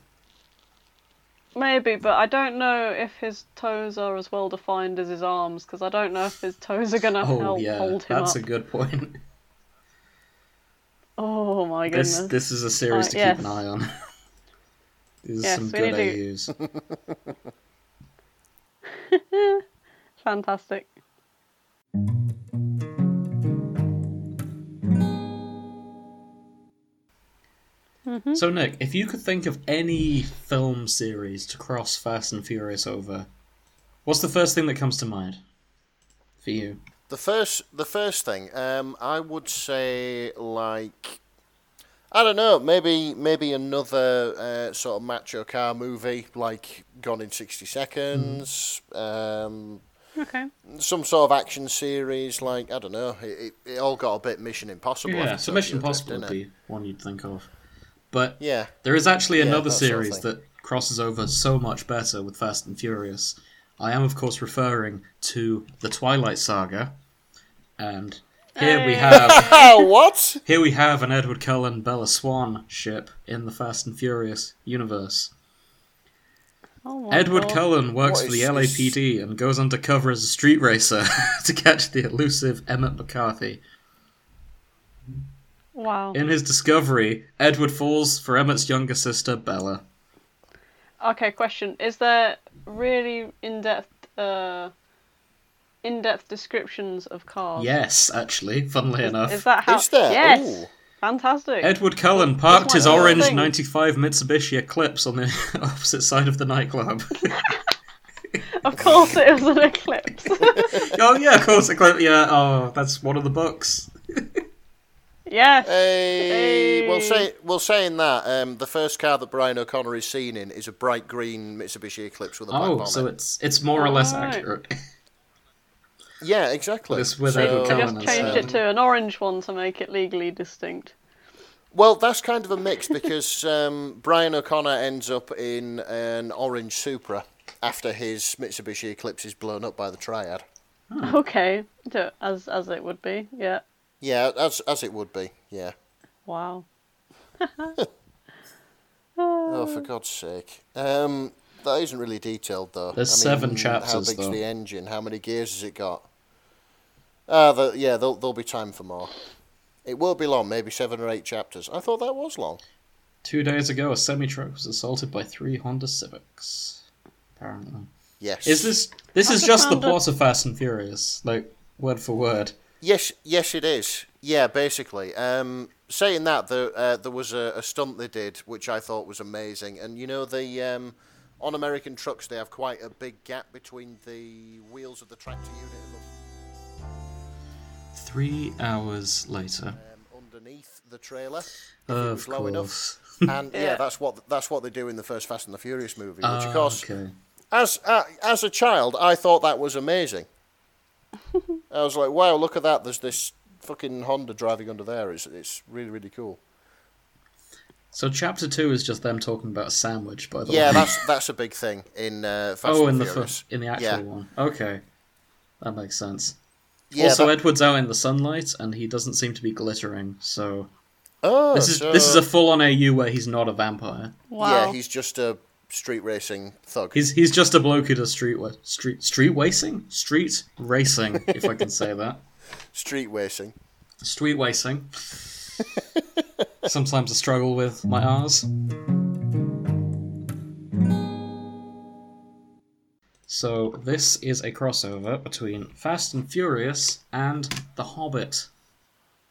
B: Maybe, but I don't know if his toes are as well defined as his arms because I don't know if his toes are gonna
A: Oh
B: help
A: yeah,
B: hold him
A: that's
B: up.
A: a good point.
B: Oh *laughs* my goodness!
A: This this is a series
B: Uh,
A: to keep
B: yes.
A: an eye on. *laughs* These are
B: Yes,
A: some
B: we
A: good
B: need to- *laughs* Mm-hmm.
A: AUs.
B: Fantastic.
A: So Nick, if you could think of any film series to cross Fast and Furious over, what's the first thing that comes to mind for you?
C: The first, the first thing, um, I would say like, I don't know, maybe maybe another uh, sort of macho car movie like Gone in sixty seconds, um,
B: Okay.
C: some sort of action series like I don't know. It, it, it all got a bit Mission Impossible.
A: Yeah,
C: after
A: so Mission
C: Tokyo Drift,
A: Impossible would
C: didn't it?
A: be one you'd think of. But
C: Yeah, *laughs*
A: there is actually
C: Yeah,
A: another
C: that sort of
A: series
C: thing.
A: that crosses over so much better with Fast and Furious. I am, of course, referring to the Twilight Saga, and here we have
C: Ah, what?
A: Here we have an Edward Cullen Bella Swan ship in the Fast and Furious universe.
B: Oh my
A: Edward
B: God.
A: Cullen works
C: What
A: for the
C: is this?
A: LAPD and goes undercover as a street racer *laughs* to catch the elusive Emmett McCarthy.
B: Wow.
A: In his discovery, Edward falls for Emmett's younger sister, Bella.
B: Okay, question. Is there really in depth uh in depth descriptions of cars?
A: Yes, actually, funnily enough.
B: Is that how
C: Is there?
B: Yes.
C: Ooh.
B: Fantastic.
A: Edward Cullen parked
B: one
A: his
B: of those
A: orange
B: things.
A: 95 Mitsubishi Eclipse on the *laughs* opposite side of the nightclub. *laughs*
B: Of course it was an eclipse. *laughs*
A: oh, yeah, of course, Eclipse. Yeah, oh, that's one of the books.
B: yes.
C: Hey. Well, say
B: Hey.
C: well saying that, um, the first car that Brian O'Connor is seen in is a bright green Mitsubishi Eclipse with a black
A: Oh,
C: bonnet.
A: so it's it's more or less
B: Right.
A: accurate. *laughs*
C: yeah, exactly.
A: This with
C: So-
A: Edward
B: I
A: Cullen
B: just
A: and
B: changed
A: seven.
B: it to an orange one to make it legally distinct.
C: Well, that's kind of a mix because um, Brian O'Connor ends up in an orange Supra after his Mitsubishi Eclipse is blown up by the Triad.
B: Okay, d- as as it would be. Yeah.
C: Yeah, as as it would be. Yeah.
B: Wow. *laughs*
C: Oh, for God's sake. Um, that isn't really detailed though.
A: There's
C: I
A: seven
C: mean, How
A: chapters,
C: big's
A: though.
C: the engine? How many gears has it got? Ah, the, yeah, there'll there'll be time for more. It will be long, maybe seven or eight chapters. I thought that was long.
A: Two days ago, a semi truck was assaulted by three Honda Civics. Apparently,
C: Yes.
A: is this this is
B: just
A: just the
B: found a-
A: plot of Fast and Furious, like word for word.
C: Yes, yes, it is. Yeah, basically. Um, saying that, there uh, there was a, a stunt they did which I thought was amazing, and you know the um, on American trucks they have quite a big gap between the wheels of the tractor unit and the,
A: Three hours later,
C: um, underneath the trailer. if it
A: of
C: was low enough. *laughs*
A: course.
C: And yeah.
B: Yeah.
C: that's what that's what they do in the first Fast and the Furious movie, which
A: Ah,
C: of course,
A: okay.
C: as uh, as a child, I thought that
B: *laughs*
C: was amazing. I was like, wow, look at that! There's this fucking Honda driving under there. It's it's really really cool.
A: So chapter two is just them talking about a sandwich, by the
C: Yeah,
A: way.
C: that's that's a big thing in uh, Fast
A: oh, in
C: and
A: the
C: Furious.
A: fir- in the actual
C: Yeah.
A: one. Okay, that makes sense.
C: yeah,
A: also,
C: that-
A: Edward's out in the sunlight, and he doesn't seem to be glittering. So
C: oh,
A: this is
C: so-
A: this is a full on AU where he's not a vampire.
B: Wow.
C: yeah. He's just a street racing thug.
A: He's he's just a bloke who does street wa- street street racing, street racing, if I can say that,
C: Street racing.
A: street racing. Sometimes I struggle with my R's. So this is a crossover between Fast and Furious and The Hobbit.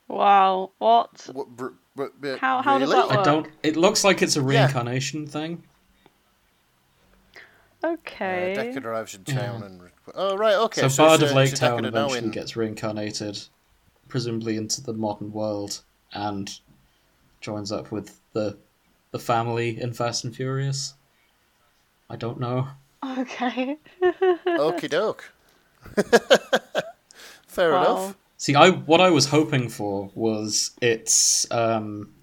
B: Wow. What?
C: What, br- br- br-
B: How- how does
C: really?
B: that
A: I don't. It looks like it's a
C: Yeah.
A: reincarnation thing.
C: Uh,
B: Okay.
C: Deckard arrives in town and oh right, okay.
A: so,
C: so
A: Bard
C: it's
A: of
C: a- it's
A: Lake
C: a
A: Town
C: Deckard and
A: eventually
C: Owen.
A: gets reincarnated, presumably into the modern world, and joins up with the the family in Fast and Furious. I don't know.
B: Okay.
C: Okie doke. *laughs* Fair
B: Wow.
C: enough.
A: See, I what I was hoping for was it's. Um,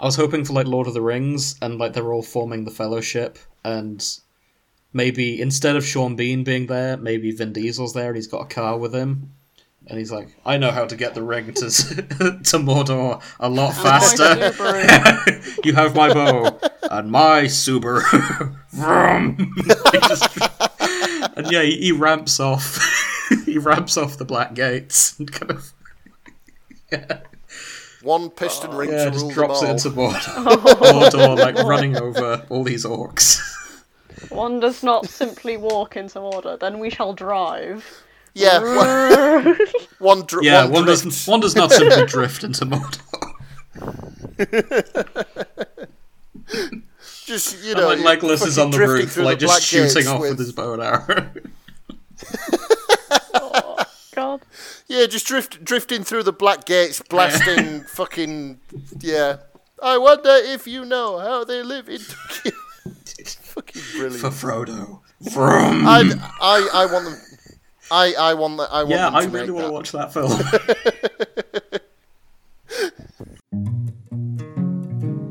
A: I was hoping for like Lord of the Rings, and like they're all forming the Fellowship, and maybe instead of Sean Bean being there, maybe Vin Diesel's there and he's got a car with him. And he's like, I know how to get the ring to s- *laughs* to Mordor a lot faster. *laughs* you have my bow and my Subaru. *laughs* Vroom. He just- and yeah, he, he ramps off. *laughs* he ramps off the black gates and kind of
C: One piston ring
A: Oh. yeah,
C: to rule
A: just
C: them
A: drops
C: all.
A: it into Mordor, Mordor like running over all these orcs.
B: One does not simply walk into order. Then we shall drive.
C: *laughs*
B: *laughs*
C: yeah, one, one, dri-
A: Yeah,
C: one
A: one,
C: drift.
A: does one does not simply drift into Mordor.
C: Just you know,
A: Like Legolas is
C: fucking
A: on the
C: drifting
A: roof,
C: through
A: like
C: the
A: just
C: black
A: shooting
C: gates
A: off with his bow and arrow. *laughs*
B: God.
C: *laughs* Yeah, just drift, drifting through the black gates,
A: *laughs*
C: blasting fucking. Yeah. I wonder if you know how they live in *laughs* Tokyo. fucking brilliant.
A: for Frodo. Vroom.
C: I, I, I want them. I, I want the, I want
A: Mhm. yeah,
C: them to
A: I really
C: make
A: want
C: that.
A: to watch that film.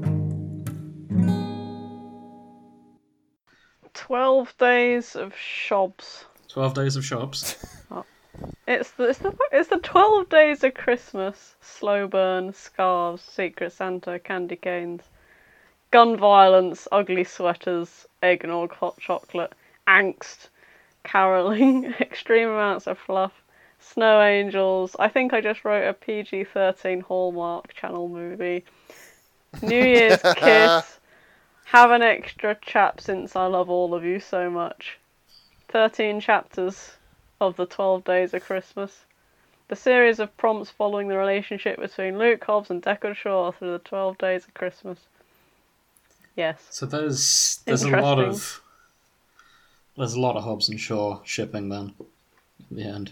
A: *laughs*
B: Twelve days of shobs.
A: Twelve Days of Shops.
B: It's the, it's the it's the twelve days of Christmas. Slow burn, scarves, Secret Santa, candy canes, gun violence, ugly sweaters, eggnog, hot chocolate, angst, caroling, *laughs* extreme amounts of fluff, snow angels. I think I just wrote a PG thirteen Hallmark Channel movie. New Year's kiss. Have an extra chap since I love all of you so much. Thirteen chapters of the 12 Days of Christmas. The series of prompts following the relationship between Luke Hobbs and Deckard Shaw through the 12 Days of Christmas. Yes.
A: So there's there's a lot
B: Interesting.
A: of there's a lot of Hobbs and Shaw shipping then. In the end.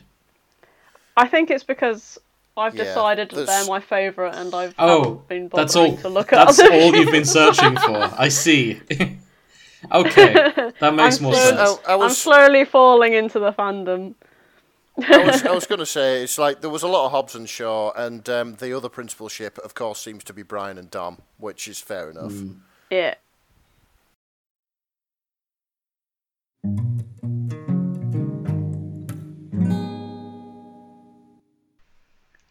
B: I think it's because I've
C: Yeah,
B: decided that
C: there's-
B: they're my favourite and I've
A: Oh,
B: haven't been bothering
A: that's all.
B: to look at
A: That's
B: other-
A: all you've been searching for. I see. *laughs* okay, that makes
B: *laughs* I'm
A: more
B: so-
A: sense.
C: I, I
B: I'm
C: was,
B: slowly falling into the fandom.
C: I
A: *laughs*
C: was, I was going to say it's like there was a lot of Hobbs and Shaw, and um, the other principalship, of course, seems to be Brian and Dom, which is
A: Mm,
C: fair enough.
A: Hmm.
B: Yeah.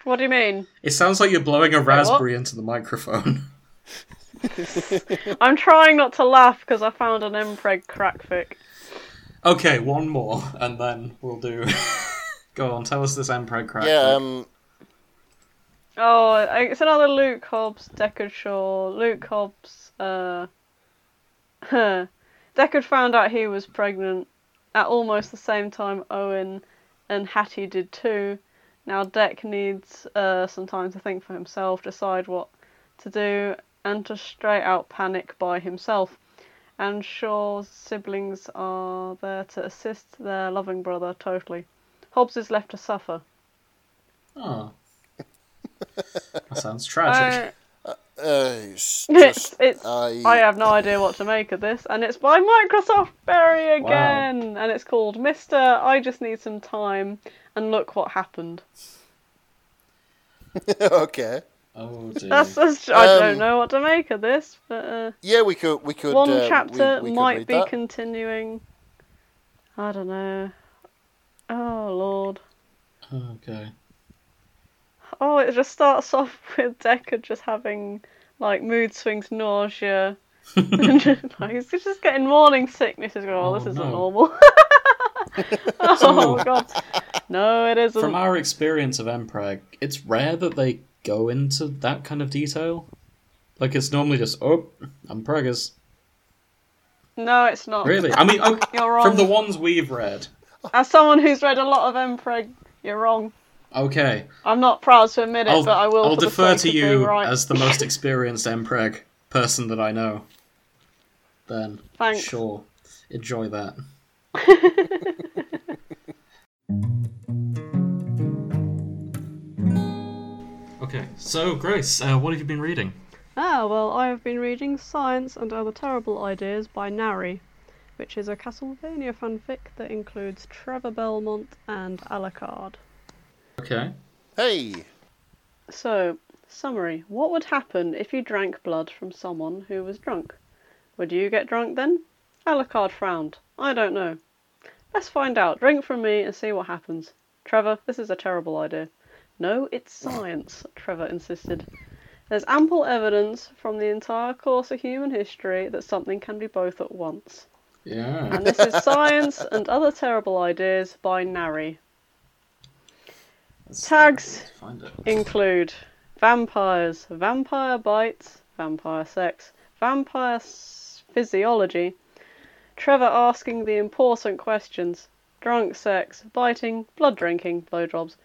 B: What do you mean?
A: It sounds like you're blowing a
B: what?
A: raspberry into the microphone. *laughs*
B: I'm trying not to laugh because I found an Mpreg crackfic.
A: Okay, one more, and then we'll do. *laughs* Go on, tell us this Emperor crack.
C: Yeah, um,
B: Oh, I- it's another Luke Hobbs, Deckard Shaw. Luke Hobbs, uh. *laughs* Deckard found out he was pregnant at almost the same time Owen and Hattie did too. Now Deck needs uh, some time to think for himself, decide what to do, and to straight out panic by himself. And Shaw's siblings are there to assist their loving brother totally. Hobbs is left to suffer.
A: Oh. Ah. that sounds tragic.
B: Uh,
C: uh, it's
B: *laughs* It's,
C: just-
B: it's,
C: I-
B: I... uh, have no idea what to make of this, and it's by Microsoft Berry
A: Wow.
B: again, and it's called Mister. I just need some time, and look what happened.
C: *laughs* okay.
A: oh dear.
B: That's just I
C: Um,
B: don't know what to make of this, but uh,
C: Yeah, we could we could
B: one
C: uh, we-
B: chapter
C: we could read
B: might be
C: that.
B: continuing. I don't know. Oh lord. *laughs*
A: Okay. *laughs*
B: Oh, it just starts *laughs* off with Deckard just having like mood swings, nausea. and *laughs* like, he's just getting morning sickness. He's going, "Oh, this
A: Oh,
B: isn't
A: no. *laughs*
B: normal." *laughs*
A: So-
B: oh god, no, it isn't.
A: From our experience of Empreg, it's rare that they go into that kind of detail. Like it's normally just oh, Empreggers.
B: No, it's not.
A: Really? I mean, oh,
B: *laughs* You're wrong.
A: from the ones we've read.
B: As someone who's read a lot of Mpreg, you're wrong.
A: Okay,
B: I'm not proud to admit it,
A: I'll,
B: but I will.
A: I'll
B: for the
A: defer to
B: sake of being
A: you
B: right.
A: as the most experienced Empreg person that I know. Then,
B: *laughs* Thanks. *laughs*
A: sure, enjoy that. okay, so Grace, uh, what have you been reading?
B: Ah, well, I have been reading Science and Other Terrible Ideas by Nari, which is a Castlevania fanfic that includes Trevor Belmont and Alucard.
A: Okay.
C: Hey,
B: So, summary What would happen if you drank blood from someone who was drunk? Would you get drunk then? Alucard frowned. I don't know. Let's find out. Drink from me and see what happens. Trevor, this is a terrible idea. No, it's science, Trevor insisted. There's ample evidence from the entire course of human history that something can be both at once.
A: Yeah.
B: And this is Science and Other Terrible Ideas by Nari.
A: Let's
B: Tags.
A: Find it.
B: include vampires, vampire bites, vampire sex, vampire s- physiology, Trevor asking the important questions, drunk sex, biting, blood drinking, blowjobs,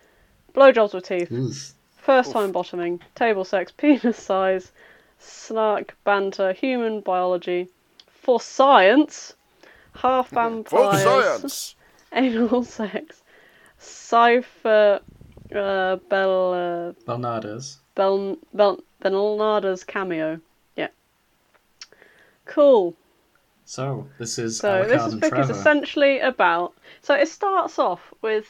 B: blowjobs with teeth,
A: Oof.
B: first time bottoming, table sex, *laughs* penis size, snark, banter, human biology, for science, half
C: *laughs* For
B: vampires
C: science!
B: *laughs* anal sex, cipher, uh, Bel,
A: Bernardes.
B: Bel, Bel, Benalnada's cameo. Yeah. Cool.
A: So this is
B: So
A: Alucard
B: this
A: and
B: book is
A: Trevor.
B: essentially about. So it starts off with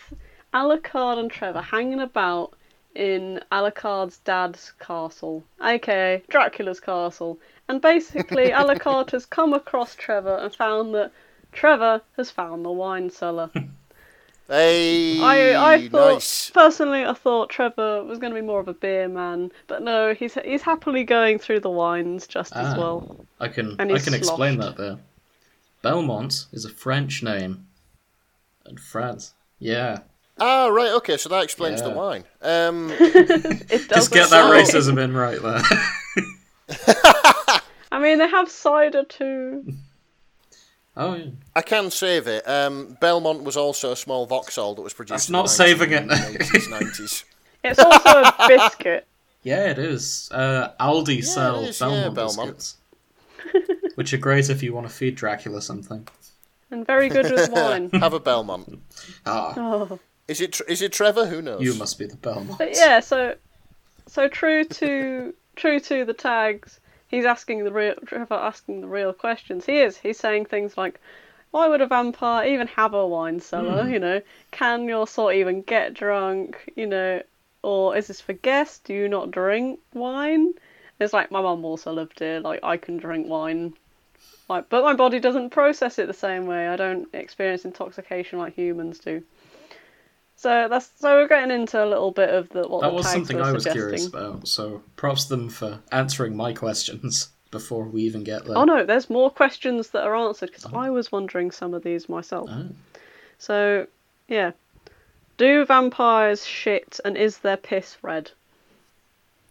B: Alucard and Trevor hanging about in Alucard's dad's castle, aka Dracula's castle,
A: *laughs*
B: and basically Alucard has come across Trevor and found that Trevor has found the wine cellar.
C: Hey!
B: I, I thought
C: nice.
B: personally, I thought Trevor was going to be more of a beer man, but no, he's he's happily going through the wines just as
A: Ah. *laughs*
B: well.
A: I can I
B: and
A: can
B: he's
A: explain
B: sloshed.
A: that there. Belmont is a French name, and France. Yeah.
C: Ah, right, okay, so that explains the
A: Yeah.
C: wine. Um,
B: It
A: Just
B: doesn't
A: get that
B: say.
A: racism in right there. *laughs*
B: I mean, they have cider too.
A: oh, yeah.
C: I can save it. Um, Belmont was also a small Vauxhall that was
A: That's
C: produced. in
A: not
C: the
A: saving it.
C: 1980s,
B: *laughs*
C: 90s.
B: It's
A: *laughs*
B: also a biscuit.
A: yeah, it is. Uh, Aldi sell
C: it is, yeah,
A: Belmont,
C: Belmont.
A: biscuits, *laughs* which are great if you want to feed Dracula something.
B: And very good
A: *laughs*
B: with wine.
C: Have a Belmont.
A: Ah,
B: Oh.
C: Is it tr- is it Trevor? Who knows?
A: you must be the Belmont.
B: But yeah, so so true to true to the tags, he's asking the real Trevor asking the real questions. He is. He's saying things like, "Why would a vampire even have a wine cellar? You know, can your sort even get drunk? You know, or is this for guests? Do you not drink wine?" It's like my mum also lived here. Like I can drink wine. Like, but my body doesn't process it the same way. I don't experience intoxication like humans do. So that's so we're getting into a little bit of the what
A: that
B: the
A: was
B: tags
A: something
B: were
A: I was
B: suggesting.
A: curious about. So props them for answering my questions *laughs* before we even get there.
B: Oh no, there's more questions that are answered because I was wondering some of these myself.
A: Oh.
B: So, yeah. Do vampires shit and is their piss red?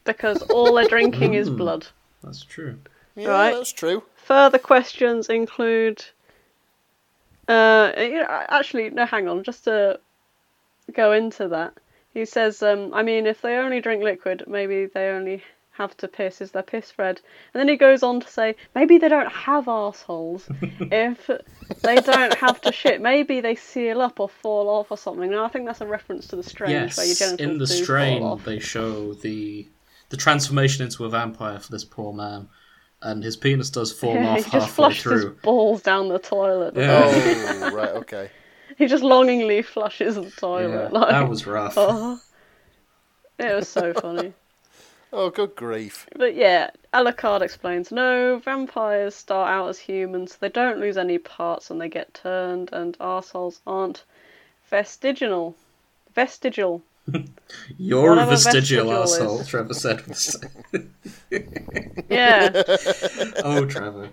B: Because all they're drinking
A: Hmm.
B: is blood.
A: That's true.
C: Yeah,
B: Right.
C: that's true.
B: Further questions include. Uh, you know, actually, no, hang on, just to go into that. He says, um, I mean, if they only drink liquid, maybe they only have to piss. Is their piss red? And then he goes on to say, maybe they don't
A: *laughs*
B: have assholes. if they don't have to shit, maybe they seal up or fall off or something. Now, I think that's a reference to the strain where your Oh.
A: Yes,
B: genitals
A: in the
B: do fall
A: strain
B: off.
A: they show the the transformation into a vampire for this poor man, and his penis does fall
B: Yeah,
A: off
B: *laughs* he just
A: halfway
B: flushed his
A: through.
B: balls down the
A: *laughs*
B: toilet.
A: Yeah.
C: Oh, right, okay.
B: *laughs* He just longingly flushes the
A: Yeah,
B: toilet. like,
A: that was rough.
B: *laughs* Oh, it was so funny.
C: Oh, good grief.
B: But yeah, Alucard explains no, vampires start out as humans, they don't lose any parts and they get turned, and arseholes aren't vestiginal. Vestigial.
A: You're a
B: whatever
A: vestigial
B: vestigial is.
A: asshole, Trevor said. *laughs* with a-
B: Yeah.
A: oh, Trevor.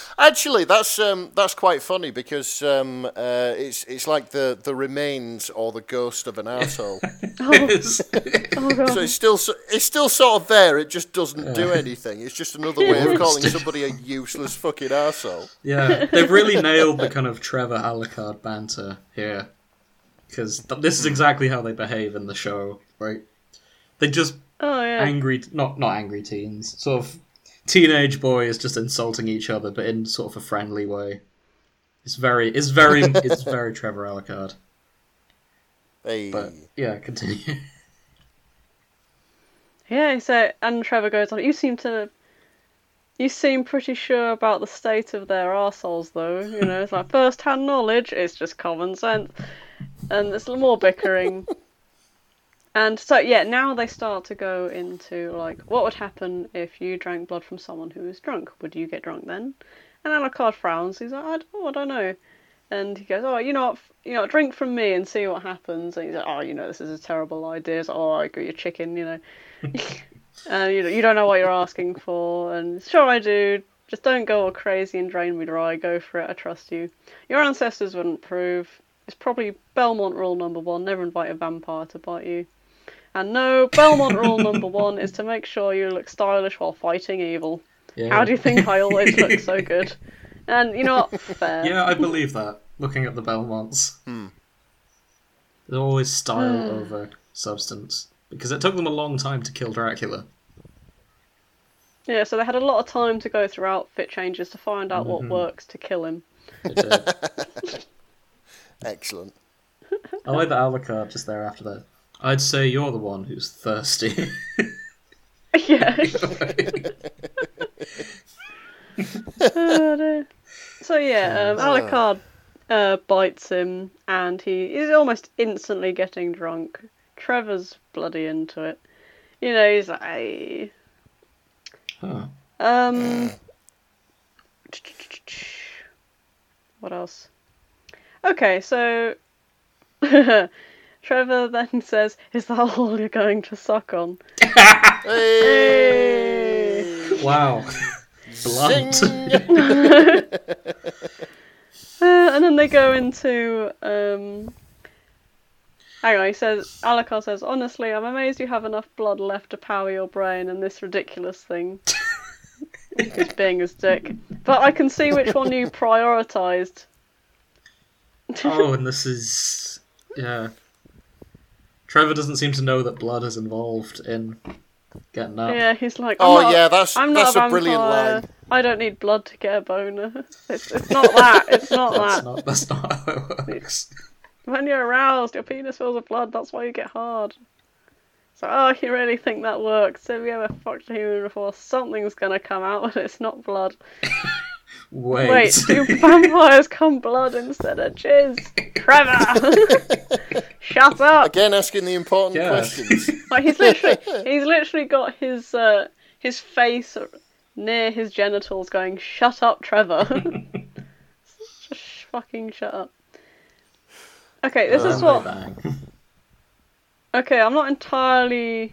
A: *laughs*
C: Actually, that's um, that's quite funny because um, uh, it's it's like the, the remains or the
A: *laughs*
C: ghost of an asshole.
A: Yes.
B: oh, God.
C: so it's still s- it's still sort of there. It just doesn't do anything. It's just another way
A: *laughs*
C: of calling somebody a useless fucking asshole.
A: yeah, they've
B: *laughs*
A: really nailed the kind of Trevor Alucard banter here, because th- this is exactly how they behave in the show, right? They just
B: oh, yeah.
A: angry not not angry teens sort of teenage boys just insulting each other but in sort of a friendly way it's very it's
B: *laughs*
A: very it's very trevor alucard
C: Hey.
A: but yeah continue *laughs*
B: Yeah, so, and Trevor goes on, you seem to. You seem pretty sure about the state of their arseholes, though. You know, it's like first hand knowledge, it's just common sense. And there's more bickering. And so yeah, now they start to go into like what would happen if you drank blood from someone who was drunk? Would you get drunk then? And Alucard frowns. He's like, I don't, oh, I don't know. And he goes, oh, you know, what, f- you know, drink from me and see what happens. And he's like, oh, you know, this is a terrible idea. It's like, oh, I got your chicken, you know. and Um, you know, you don't know what you're asking for. And sure, I do. Just don't go all crazy and drain me dry. Go for it. I trust you. Your ancestors wouldn't prove. It's probably Belmont rule number one: never invite a vampire to bite you. And no, Belmont
A: *laughs*
B: rule number one is to make sure you look stylish while fighting evil.
A: Yeah.
B: How do you think I always
A: *laughs*
B: look so good? And you know what? Fair.
A: Yeah, I believe that. Looking at the Belmonts, there's always
B: Hmm.
A: style over substance because it took them a long time to kill Dracula.
B: Yeah, so they had a lot of time to go through outfit changes to find out
A: Mm-hmm.
B: what works to kill him. *laughs*
A: It did.
C: Excellent.
A: I like that Alucard just there after that. I'd say you're the one who's thirsty. *laughs*
B: yeah. Oh, dear. *laughs* so yeah, um, Alucard uh, bites him, and he is almost instantly getting drunk. Trevor's bloody into it. You know, he's like, "Hey."
A: Huh.
B: Um. What else? Okay, so *laughs* Trevor then says, "Is that all you're going to suck on?"
C: Hey!
A: Wow. *laughs* Blunt. *laughs*
C: Zing!
B: Uh, and then they go into. Um, hang on, he says. Alucard says, "Honestly, I'm amazed you have enough blood left to power your brain and this ridiculous thing." *laughs* He's being his dick, but I can see which one you prioritised. *laughs*
A: oh, and this is yeah. Trevor doesn't seem to know that blood is involved in getting up.
B: Yeah, he's like, I'm
C: Oh,
B: not,
C: yeah, that's-
B: I'm
C: that's
B: not
C: a
B: a
C: brilliant
B: vampire.
C: line.
B: I don't need blood to get a boner. It's, it's not that. It's
C: *laughs*
B: not
A: That's
B: that.
A: not that's not how it works.
B: When you're aroused, your penis fills with blood. That's why you get hard. So, oh, you really think that works? Have you ever fucked a human before? Something's gonna come out, and it's not blood.
A: Wait.
B: Wait, do vampires come blood instead of jizz? Trevor, *laughs* shut
C: *laughs*
B: up!
C: Again, asking the important
A: Yeah. *laughs*
C: questions.
B: Like he's literally he's literally got his uh, his face near his genitals going, "Shut up, Trevor." *laughs* Just sh- fucking shut up. Okay, this is what
A: Oh Bang.
B: Okay, I'm not entirely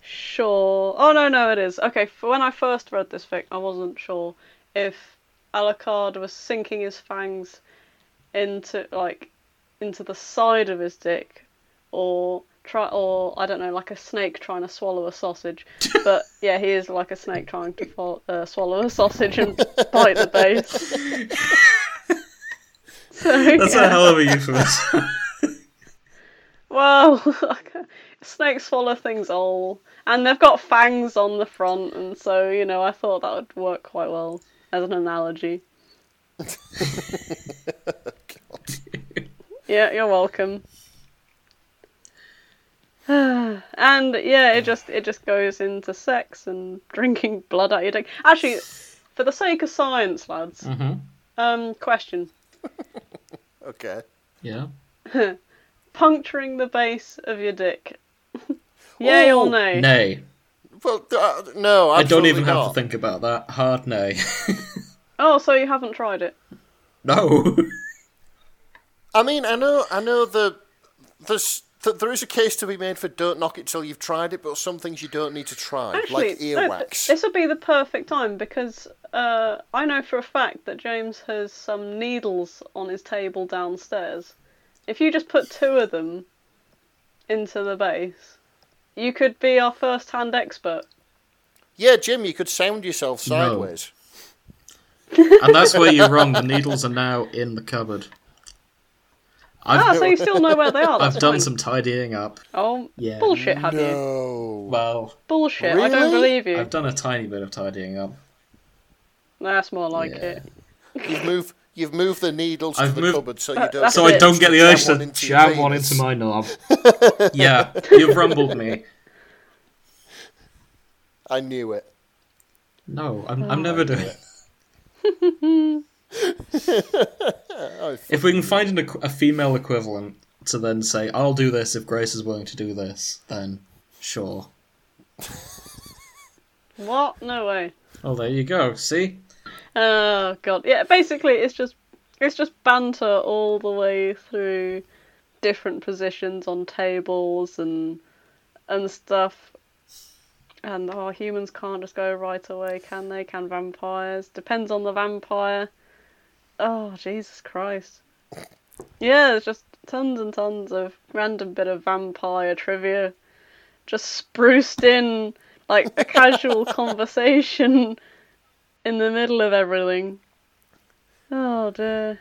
B: sure. Oh no, no, it is. Okay, for when I first read this fic, I wasn't sure if Alucard was sinking his fangs into like into the side of his dick, or try, or I don't know, like a snake trying to swallow a sausage. but yeah, he is like a snake trying to fo- uh, swallow a sausage and bite the base. *laughs* So,
A: That's
B: yeah.
A: a hell of a euphemism.
B: Well, *laughs* snakes swallow things whole, and they've got fangs on the front, and so you know I thought that would work quite well as an analogy. yeah, you're welcome. *sighs* and yeah, it just it just goes into sex and drinking blood out your dick. Actually, for the sake of science, lads.
C: Mm-hmm.
B: Um, question:
C: okay.
A: yeah.
B: puncturing the base of your dick. *laughs* Yay
C: Ooh.
B: or nay?
A: Nay.
C: Well, uh, no,
A: I don't
C: absolutely
A: even
C: not.
A: have to think about that. Hard nay. *laughs*
B: Oh, so you haven't tried it?
A: no.
C: I mean, I know, I know the there's th- there is a case to be made for don't knock it till you've tried it, but some things you don't need to try,
B: Actually,
C: like
B: no,
C: earwax.
B: this would be the perfect time because uh, I know for a fact that James has some needles on his table downstairs. If you just put two of them into the base, you could be our first-hand expert.
C: Yeah, Jim, you could sound yourself sideways.
A: And that's where you're wrong. The needles are now in the cupboard.
B: Ah,
A: I've,
B: so you still know where they are.
A: *laughs*
B: That's
A: I've done
B: fine.
A: some tidying up.
B: Oh,
A: Yeah.
B: bullshit! Have you?
C: No.
A: Well,
B: Bullshit! I
C: Really?
B: don't believe you.
A: I've done a tiny bit of tidying up.
B: That's more like
A: Yeah.
B: it.
C: You've moved you've moved the needles
A: I've
C: to the
A: moved-
C: cupboard so you
B: That-
C: don't.
B: Uh, that's
A: So I
B: it.
A: don't get the urge
C: Jam one
A: to
C: into your
A: jam one
C: penis.
A: into my knob. *laughs* yeah, you've rumbled me.
C: I knew it.
A: No, I'm, I'm never doing it.
C: Oh, f- *laughs* Oh,
A: If we can find an, equ- a female equivalent to then say, I'll do this if Grace is willing to do this, then sure.
B: What? No way.
A: Oh, there you go. See?
B: Oh god. Yeah, basically it's just it's just banter all the way through different positions on tables and and stuff. And oh humans can't just go right away, can they? Can vampires? Depends on the vampire. Oh Jesus Christ. Yeah, there's just tons and tons of random bit of vampire trivia just spruced in like a casual conversation in the middle of everything. Oh dear.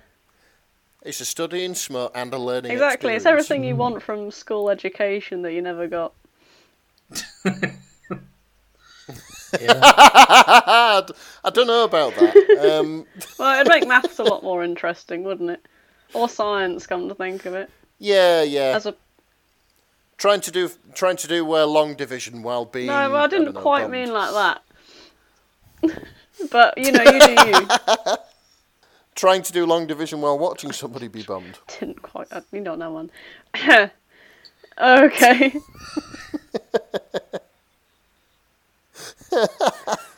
C: It's a study in smut and a learning.
B: Exactly, it's
C: experience.
B: everything you want from school education that you never got.
C: *laughs* I don't know about that. Um,
B: Well, it'd make maths a lot more interesting, wouldn't it? Or science, come to think of it.
C: yeah, yeah.
B: As a
C: Trying to do trying to do uh, long division while being.
B: no, well, Mm, I didn't
C: don't know,
B: quite
C: bombed.
B: mean like that. *laughs* but you know, you do *laughs* you.
C: Trying to do long division while watching somebody be bombed.
B: didn't quite. uh, I mean, not that one. *laughs* okay.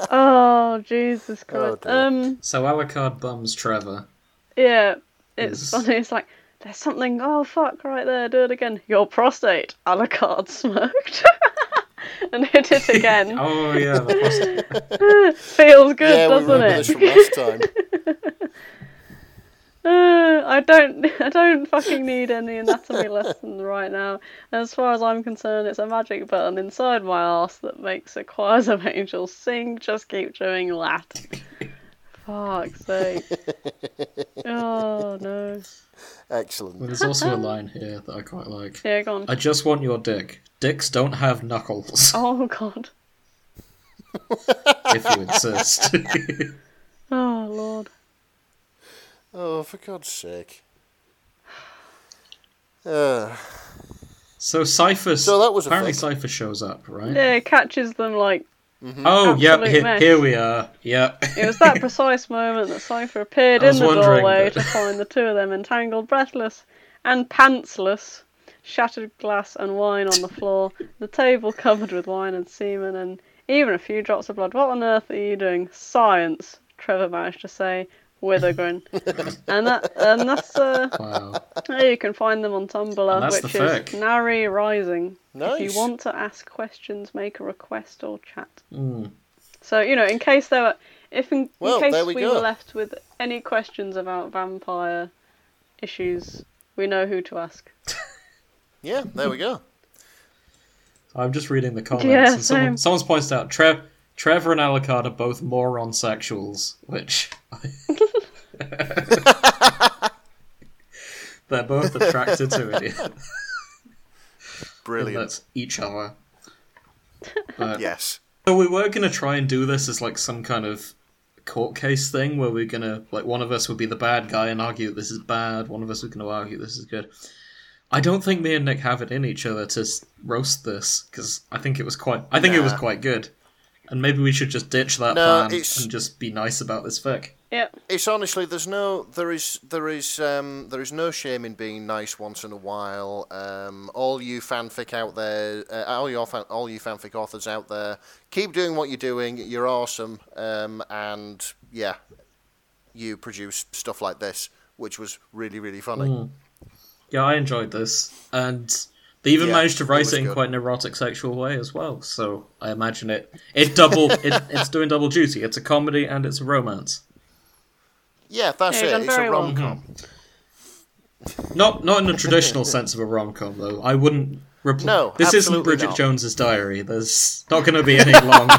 B: oh Jesus Christ!
C: dear.
B: um,
A: So Alucard bums Trevor.
B: yeah,
A: Yes.
B: it's funny. It's like there's something. Oh fuck! Right there, do it again. Your prostate, Alucard smoked, *laughs* and hit it
C: *laughs*
B: again.
A: Oh, yeah, the prostitute.
B: Feels good,
C: yeah, we
B: doesn't
C: remember
B: it?
C: this from last time.
B: *laughs* Uh, I don't, I don't fucking need any
C: *laughs*
B: anatomy lesson right now. As far as I'm concerned, it's a magic button inside my ass that makes the choirs of angels sing. Just keep doing that. Fuck's
C: *laughs*
B: sake. Oh no.
A: *laughs* Well,
C: Excellent.
A: there's also a line here that I quite like.
B: Yeah, go on.
A: I just want your dick. Dicks don't have knuckles, *laughs*
B: Oh god.
A: if you insist. *laughs*
B: Oh lord.
C: Oh, for
B: *sighs*
C: God's sake. Uh,
A: so Cypher.
C: So that was a
A: apparently
C: fake.
A: Cypher shows up, right?
B: Yeah, it catches them like
A: Oh, yep,
B: Absolute
A: he-
B: mess.
A: here we are. Yep.
B: *laughs* it was
A: *laughs*
B: that precise moment that Cypher appeared
A: I
B: in
A: was
B: the
A: wondering
B: doorway
A: that-
B: to find the two of them entangled, breathless and pantsless, shattered glass and wine on the floor, the table covered with wine and semen, and even a few drops of blood. What on earth are you doing? Science, Trevor managed to say with
A: *laughs*
B: a grin. and, that, and that's uh,
A: wow.
B: there you can find them on Tumblr,
A: And that's the
B: which
A: fic.
B: is Nari Rising. If
C: Nice.
B: you want to ask questions, make a request or chat.
A: Mm.
B: So you know, in case there were, if in,
C: Well,
B: in case
C: there we
B: we,
C: go.
B: were left with any questions about vampire issues, we know who to ask.
C: yeah, there we go.
A: I'm just reading the comments,
B: Yeah,
A: and someone,
B: same.
A: someone's pointed out Trev, Trevor and Alucard are both moron sexuals,
C: *laughs*
A: which. *laughs* They're both attracted to idiots.
C: Brilliant.
A: That's each other. But-
C: Yes.
A: So we were gonna try and do this as like some kind of court case thing where we're gonna like one of us would be the bad guy and argue this is bad, one of us was gonna argue this is good. I don't think me and Nick have it in each other to s- roast this because I think it was quite. I think it was
C: Nah.
A: quite good, and maybe we should just ditch that
C: No,
A: plan
C: it's-
A: and just be nice about this fic.
B: Yep.
C: It's honestly there's no there is there is um there is no shame in being nice once in a while. Um, all you fanfic out there, uh, all your fan, all you fanfic authors out there, keep doing what you're doing. You're awesome. Um, and yeah, you produce stuff like this, which was really really funny.
A: Mm. Yeah, I enjoyed this, and they even
C: Yeah,
A: managed to
C: it
A: write
C: was
A: it in
C: good.
A: quite an erotic, sexual way as well. So I imagine it it
C: *laughs*
A: double it, it's doing double duty. It's a comedy and it's a romance.
C: Yeah, that's
B: Yeah, you've
C: it.
B: done
C: It's a
B: very well.
A: Mm-hmm.
C: rom com.
A: Not not in a traditional sense of a rom com though. I wouldn't. Repl-
C: No,
A: this isn't
C: absolutely
A: Bridget
C: not.
A: Jones's Diary. There's not going to be any
C: *laughs*
A: long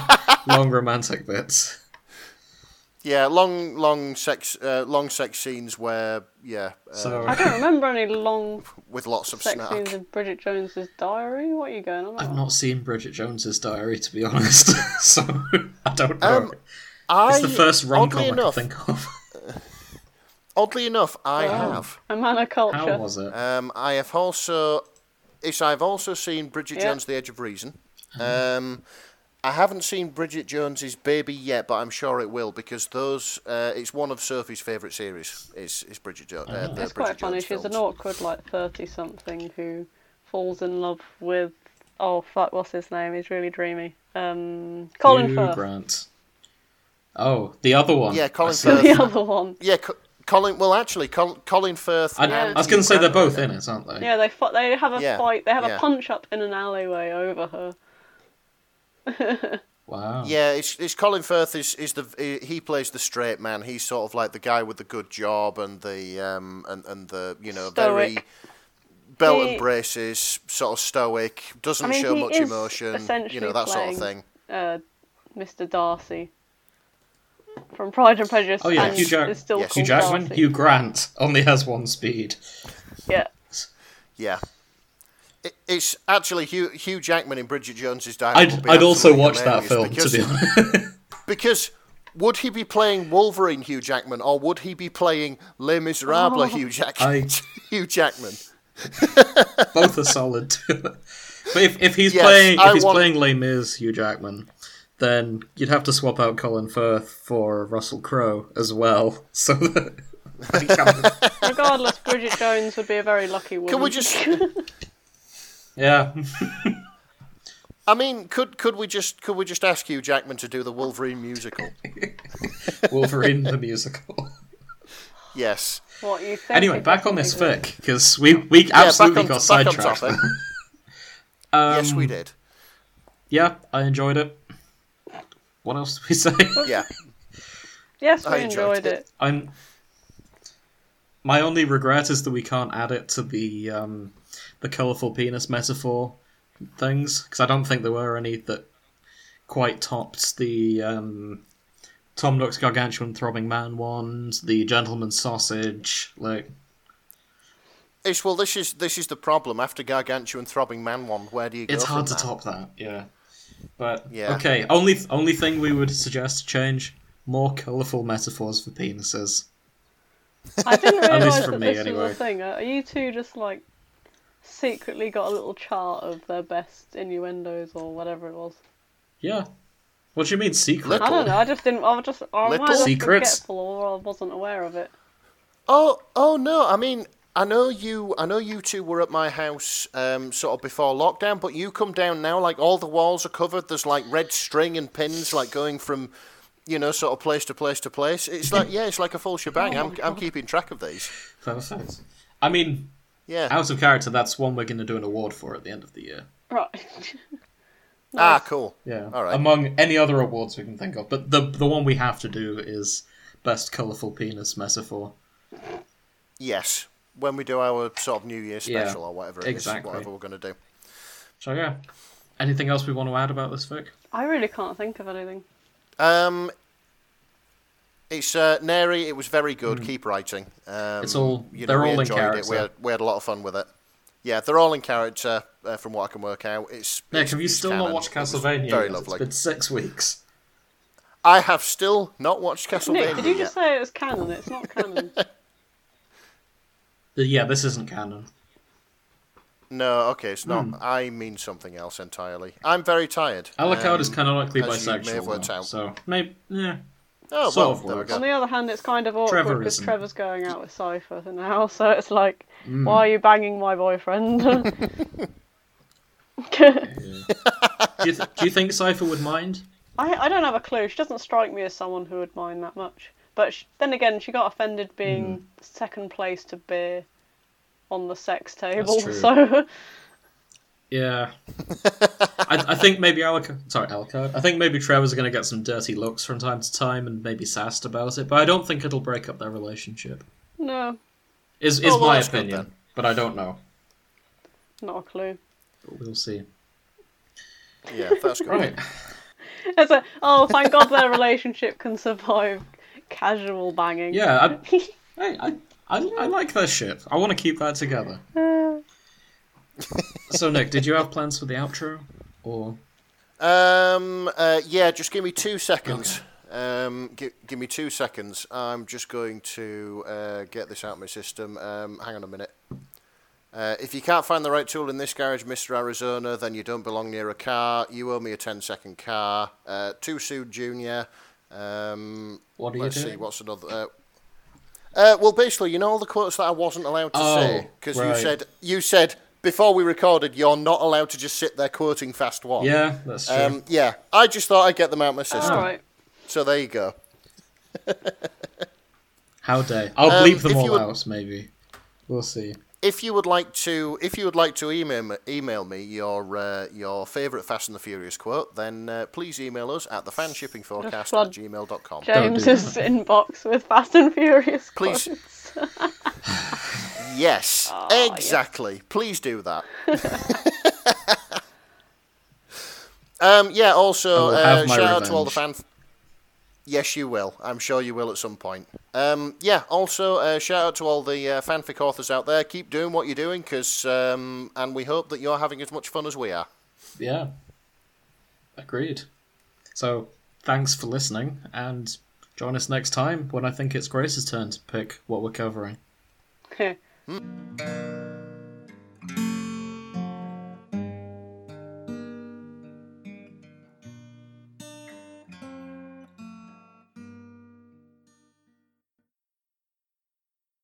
A: long romantic bits.
C: Yeah, long long sex uh, long sex scenes where yeah uh,
A: So
B: I don't remember any
C: *laughs*
B: long
C: with lots of
B: sex scenes
C: snark.
B: in Bridget Jones's diary. What are you going on
A: I've
B: about?
A: not seen Bridget Jones's Diary to be honest. *laughs* so I don't know.
C: Um, I,
A: it's the first rom com
C: oddly
A: I can
C: enough,
A: think
C: *laughs*
A: of.
C: Oddly enough, I have.
B: A man of culture.
A: How was it?
C: Um, I have also, is I've also seen Bridget
B: Yeah.
A: Mm-hmm.
C: Jones: The Edge of Reason. Um, I haven't seen Bridget Jones's Baby yet, but I'm sure it will because those. Uh, it's one of Sophie's favourite series. Is is Bridget Jones?
A: Mm-hmm.
C: Uh, the
B: It's quite
C: Bridget
B: funny.
C: Jones
B: She's an
C: films.
B: awkward, like thirty something who falls in love with oh fuck, what's his name? He's really dreamy. Um, Colin
A: Hugh
B: Firth,
A: Grant. Oh, the other one.
C: Yeah, Colin
A: I see.
B: *laughs*
C: Firth.
B: the other one.
C: Yeah, Co- Colin. Well, actually, Col- Colin Firth.
A: I,
C: and
A: I was going to say
C: Hugh
A: they're
C: Grant
A: both in it, aren't they?
B: Yeah, they fi- they have a
C: Yeah,
B: fight. They have
C: yeah.
B: a punch up in an alleyway over her.
A: Wow.
C: Yeah, it's, it's Colin Firth is, is the he- he plays the straight man. He's sort of like the guy with the good job and the um and, and the you know very
B: Stoic.
C: belt
B: He-
C: and braces, sort of stoic, doesn't
B: I mean,
C: show
B: he
C: much
B: is
C: emotion, you know
B: essentially
C: that sort of
B: playing-
C: thing.
B: Uh, Mr. Darcy from Pride and Prejudice.
A: Oh, yeah,
B: and
A: Hugh Jack-
B: is still
C: Yes.
A: Hugh
B: called
A: Jackman,
B: Darcy.
A: Hugh Grant only has one speed.
B: Yeah,
C: Yeah. It- It's actually Hugh, Hugh Jackman in Bridget Jones's Diary. would
A: I'd,
C: be
A: I'd also
C: absolutely
A: watch that
C: hilarious
A: film,
C: because,
A: to be honest.
C: Because would he be playing Wolverine Hugh Jackman or would he be playing Les Miserables
B: Oh.
C: Hugh, Jack-
A: I-
C: *laughs* Hugh Jackman?
A: Both are solid. *laughs* but if, if he's
C: Yes,
A: playing
C: I
A: if he's
C: want-
A: playing Les Mis, Hugh Jackman, then you'd have to swap out Colin Firth for Russell Crowe as well. *laughs* So that
B: regardless, Bridget Jones would be a very lucky woman.
C: Can we just
A: *laughs* yeah,
C: I mean, could could we just could we just ask Hugh Jackman to do the Wolverine musical?
A: Wolverine the musical.
C: Yes.
B: What you think?
A: Anyway,
B: it
A: back on
B: doesn't
A: this
B: exist.
A: fic because we we absolutely
C: yeah,
A: got
C: back on, back on
A: sidetracked. *laughs* Um,
C: topic. yes, we did.
A: yeah, I enjoyed it. What else did we *laughs* say?
C: Yeah.
B: Yes, we
C: I enjoyed
B: enjoyed
C: it.
B: it.
A: I'm. My only regret is that we can't add it to the um, the colourful penis metaphor things because I don't think there were any that quite topped the um, Tom Nook's gargantuan throbbing man ones, the gentleman sausage. Like,
C: It's well. This is this is the problem. After gargantuan throbbing man one, where do you go?
A: it's hard to
C: from that?
A: top that. Yeah, but
C: Yeah.
A: okay. Only only thing we would suggest to change more colourful metaphors for penises. *laughs*
B: I didn't
A: least
B: realise
A: from
B: that
A: me,
B: this
A: anyway.
B: was a thing. Are you two just like secretly got a little chart of their best innuendos or whatever it was?
A: Yeah. What do you mean secret?
B: I don't know. I just didn't. I was just. I
C: Little
B: might have
A: Secrets?
B: forgetful, or I wasn't aware of it.
C: Oh, oh no. I mean, I know you. I know you two were at my house, um, sort of before lockdown. But you come down now, like all the walls are covered. There's like red string and pins, like going from, you know, sort of place to place to place. It's like yeah, it's like a full shebang. I'm I'm keeping track of these.
A: Perfect. I mean,
C: Yeah.
A: *laughs* out of character, that's one we're going to do an award for at the end of the year.
B: Right. *laughs*
C: Ah, cool.
A: Yeah.
C: All right.
A: Among any other awards we can think of, but the the one we have to do is best colorful penis metaphor.
C: Yes, when we do our sort of New Year
A: Yeah,
C: special or whatever it is,
A: exactly.
C: whatever we're going to do.
A: So yeah. Anything else we want to add about this Vic?
B: I really can't think of anything.
C: Um, it's uh, Neri. It was very good. Keep writing. Um,
A: Mm. It's all-
C: you know,
A: they're
C: we
A: all in
C: enjoyed It.
A: character.
C: We had, we had a lot of fun with it. Yeah, they're all in character, uh, from what I can work out. It's
A: Nick,
C: it's-
A: have you
C: it's
A: still
C: canon.
A: not watched
C: It was
A: Castlevania?
C: Very
A: yet?
C: lovely.
A: It's been six weeks.
C: I have still not watched Castlevania
B: Nick, did you
C: yet.
B: just say it was canon? It's not canon.
A: But yeah, this isn't canon.
C: No, okay, it's
A: Hmm.
C: not. I mean something else entirely. I'm very tired.
A: Alucard
C: Um,
A: is canonically
C: as you may have
A: bisexual,
C: worked
A: now,
C: out.
A: so maybe yeah.
C: Oh,
A: sort
C: well,
A: of
C: there we
A: works.
B: On
C: go.
B: the other hand, it's kind of awkward
A: Trevor
B: because
A: isn't.
B: Trevor's going out with Cypher now, *laughs* so it's like,
A: Mm.
B: why are you banging my boyfriend? *laughs* I,
A: Do you, th- do you think Cipher would mind?
B: I don't have a clue. She doesn't strike me as someone who would mind that much. But sh then again, she got offended being
A: Mm.
B: second place to beer on the sex table,
A: true.
B: so *laughs*
C: *laughs*
A: Yeah. I, I think maybe Alucard. Sorry, Alucard. I think maybe Trevor's going to get some dirty looks from time to time and maybe sassed about it, but I don't think it'll break up their relationship.
B: no,
A: Is, is
C: Oh, well,
A: my
C: that's good
A: opinion,
C: then.
A: but I don't know.
B: not a clue.
A: But we'll see.
C: Yeah, that's good.
A: Right.
B: It's a, oh, thank God their relationship can survive casual banging.
A: Yeah. I, hey, I, I, I like their ship. I want to keep that
C: *laughs*
A: together. so, Nick, did you have plans for the outro? Or.
C: Um, uh, yeah, just give me two seconds. Um, gi- give me two seconds. I'm just going to uh, get this out of my system. Um, hang on a minute. Uh, if you can't find the right tool in this garage, Mr. Arizona, then you don't belong near a car. You owe me a 10 second car. Uh, Too soon, Junior. Um,
A: What are you
C: let's see,
A: doing?
C: what's another. Uh, uh, well, basically, you know all the quotes that I wasn't allowed to
A: Oh,
C: say because you
A: right.
C: said you said before we recorded you're not allowed to just sit there quoting fast one.
A: Yeah, that's true.
C: Um, yeah. I just thought I'd get them out of my
A: Oh.
B: *laughs*
C: system.
B: All right.
C: So there you go.
A: How dare? I'll
C: um,
A: bleep them
C: if
A: all
C: you would-
A: out. Maybe we'll see.
C: if you would like to if you would like to email me, email me your uh, your favorite Fast and the Furious quote, then uh, please email us at thefanshippingforecast at
B: flood
C: gmail.com.
A: Don't do
B: James's inbox with Fast and Furious.
C: Please.
B: quotes.
C: Yes,
B: Aw,
C: exactly. Please do that. *laughs* um, yeah.
A: I
C: Also,
A: will
C: uh,
A: have my
C: shout out to all the fan.
A: revenge.
C: Yes, you will. I'm sure you will at some point. Um, yeah. Also, uh, shout out to all the uh, fanfic authors out there. Keep doing what you're doing, cause um, and we hope that you're having as much fun as we are.
A: Yeah, agreed. So thanks for listening, and join us next time when I think it's Grace's turn to pick what we're covering.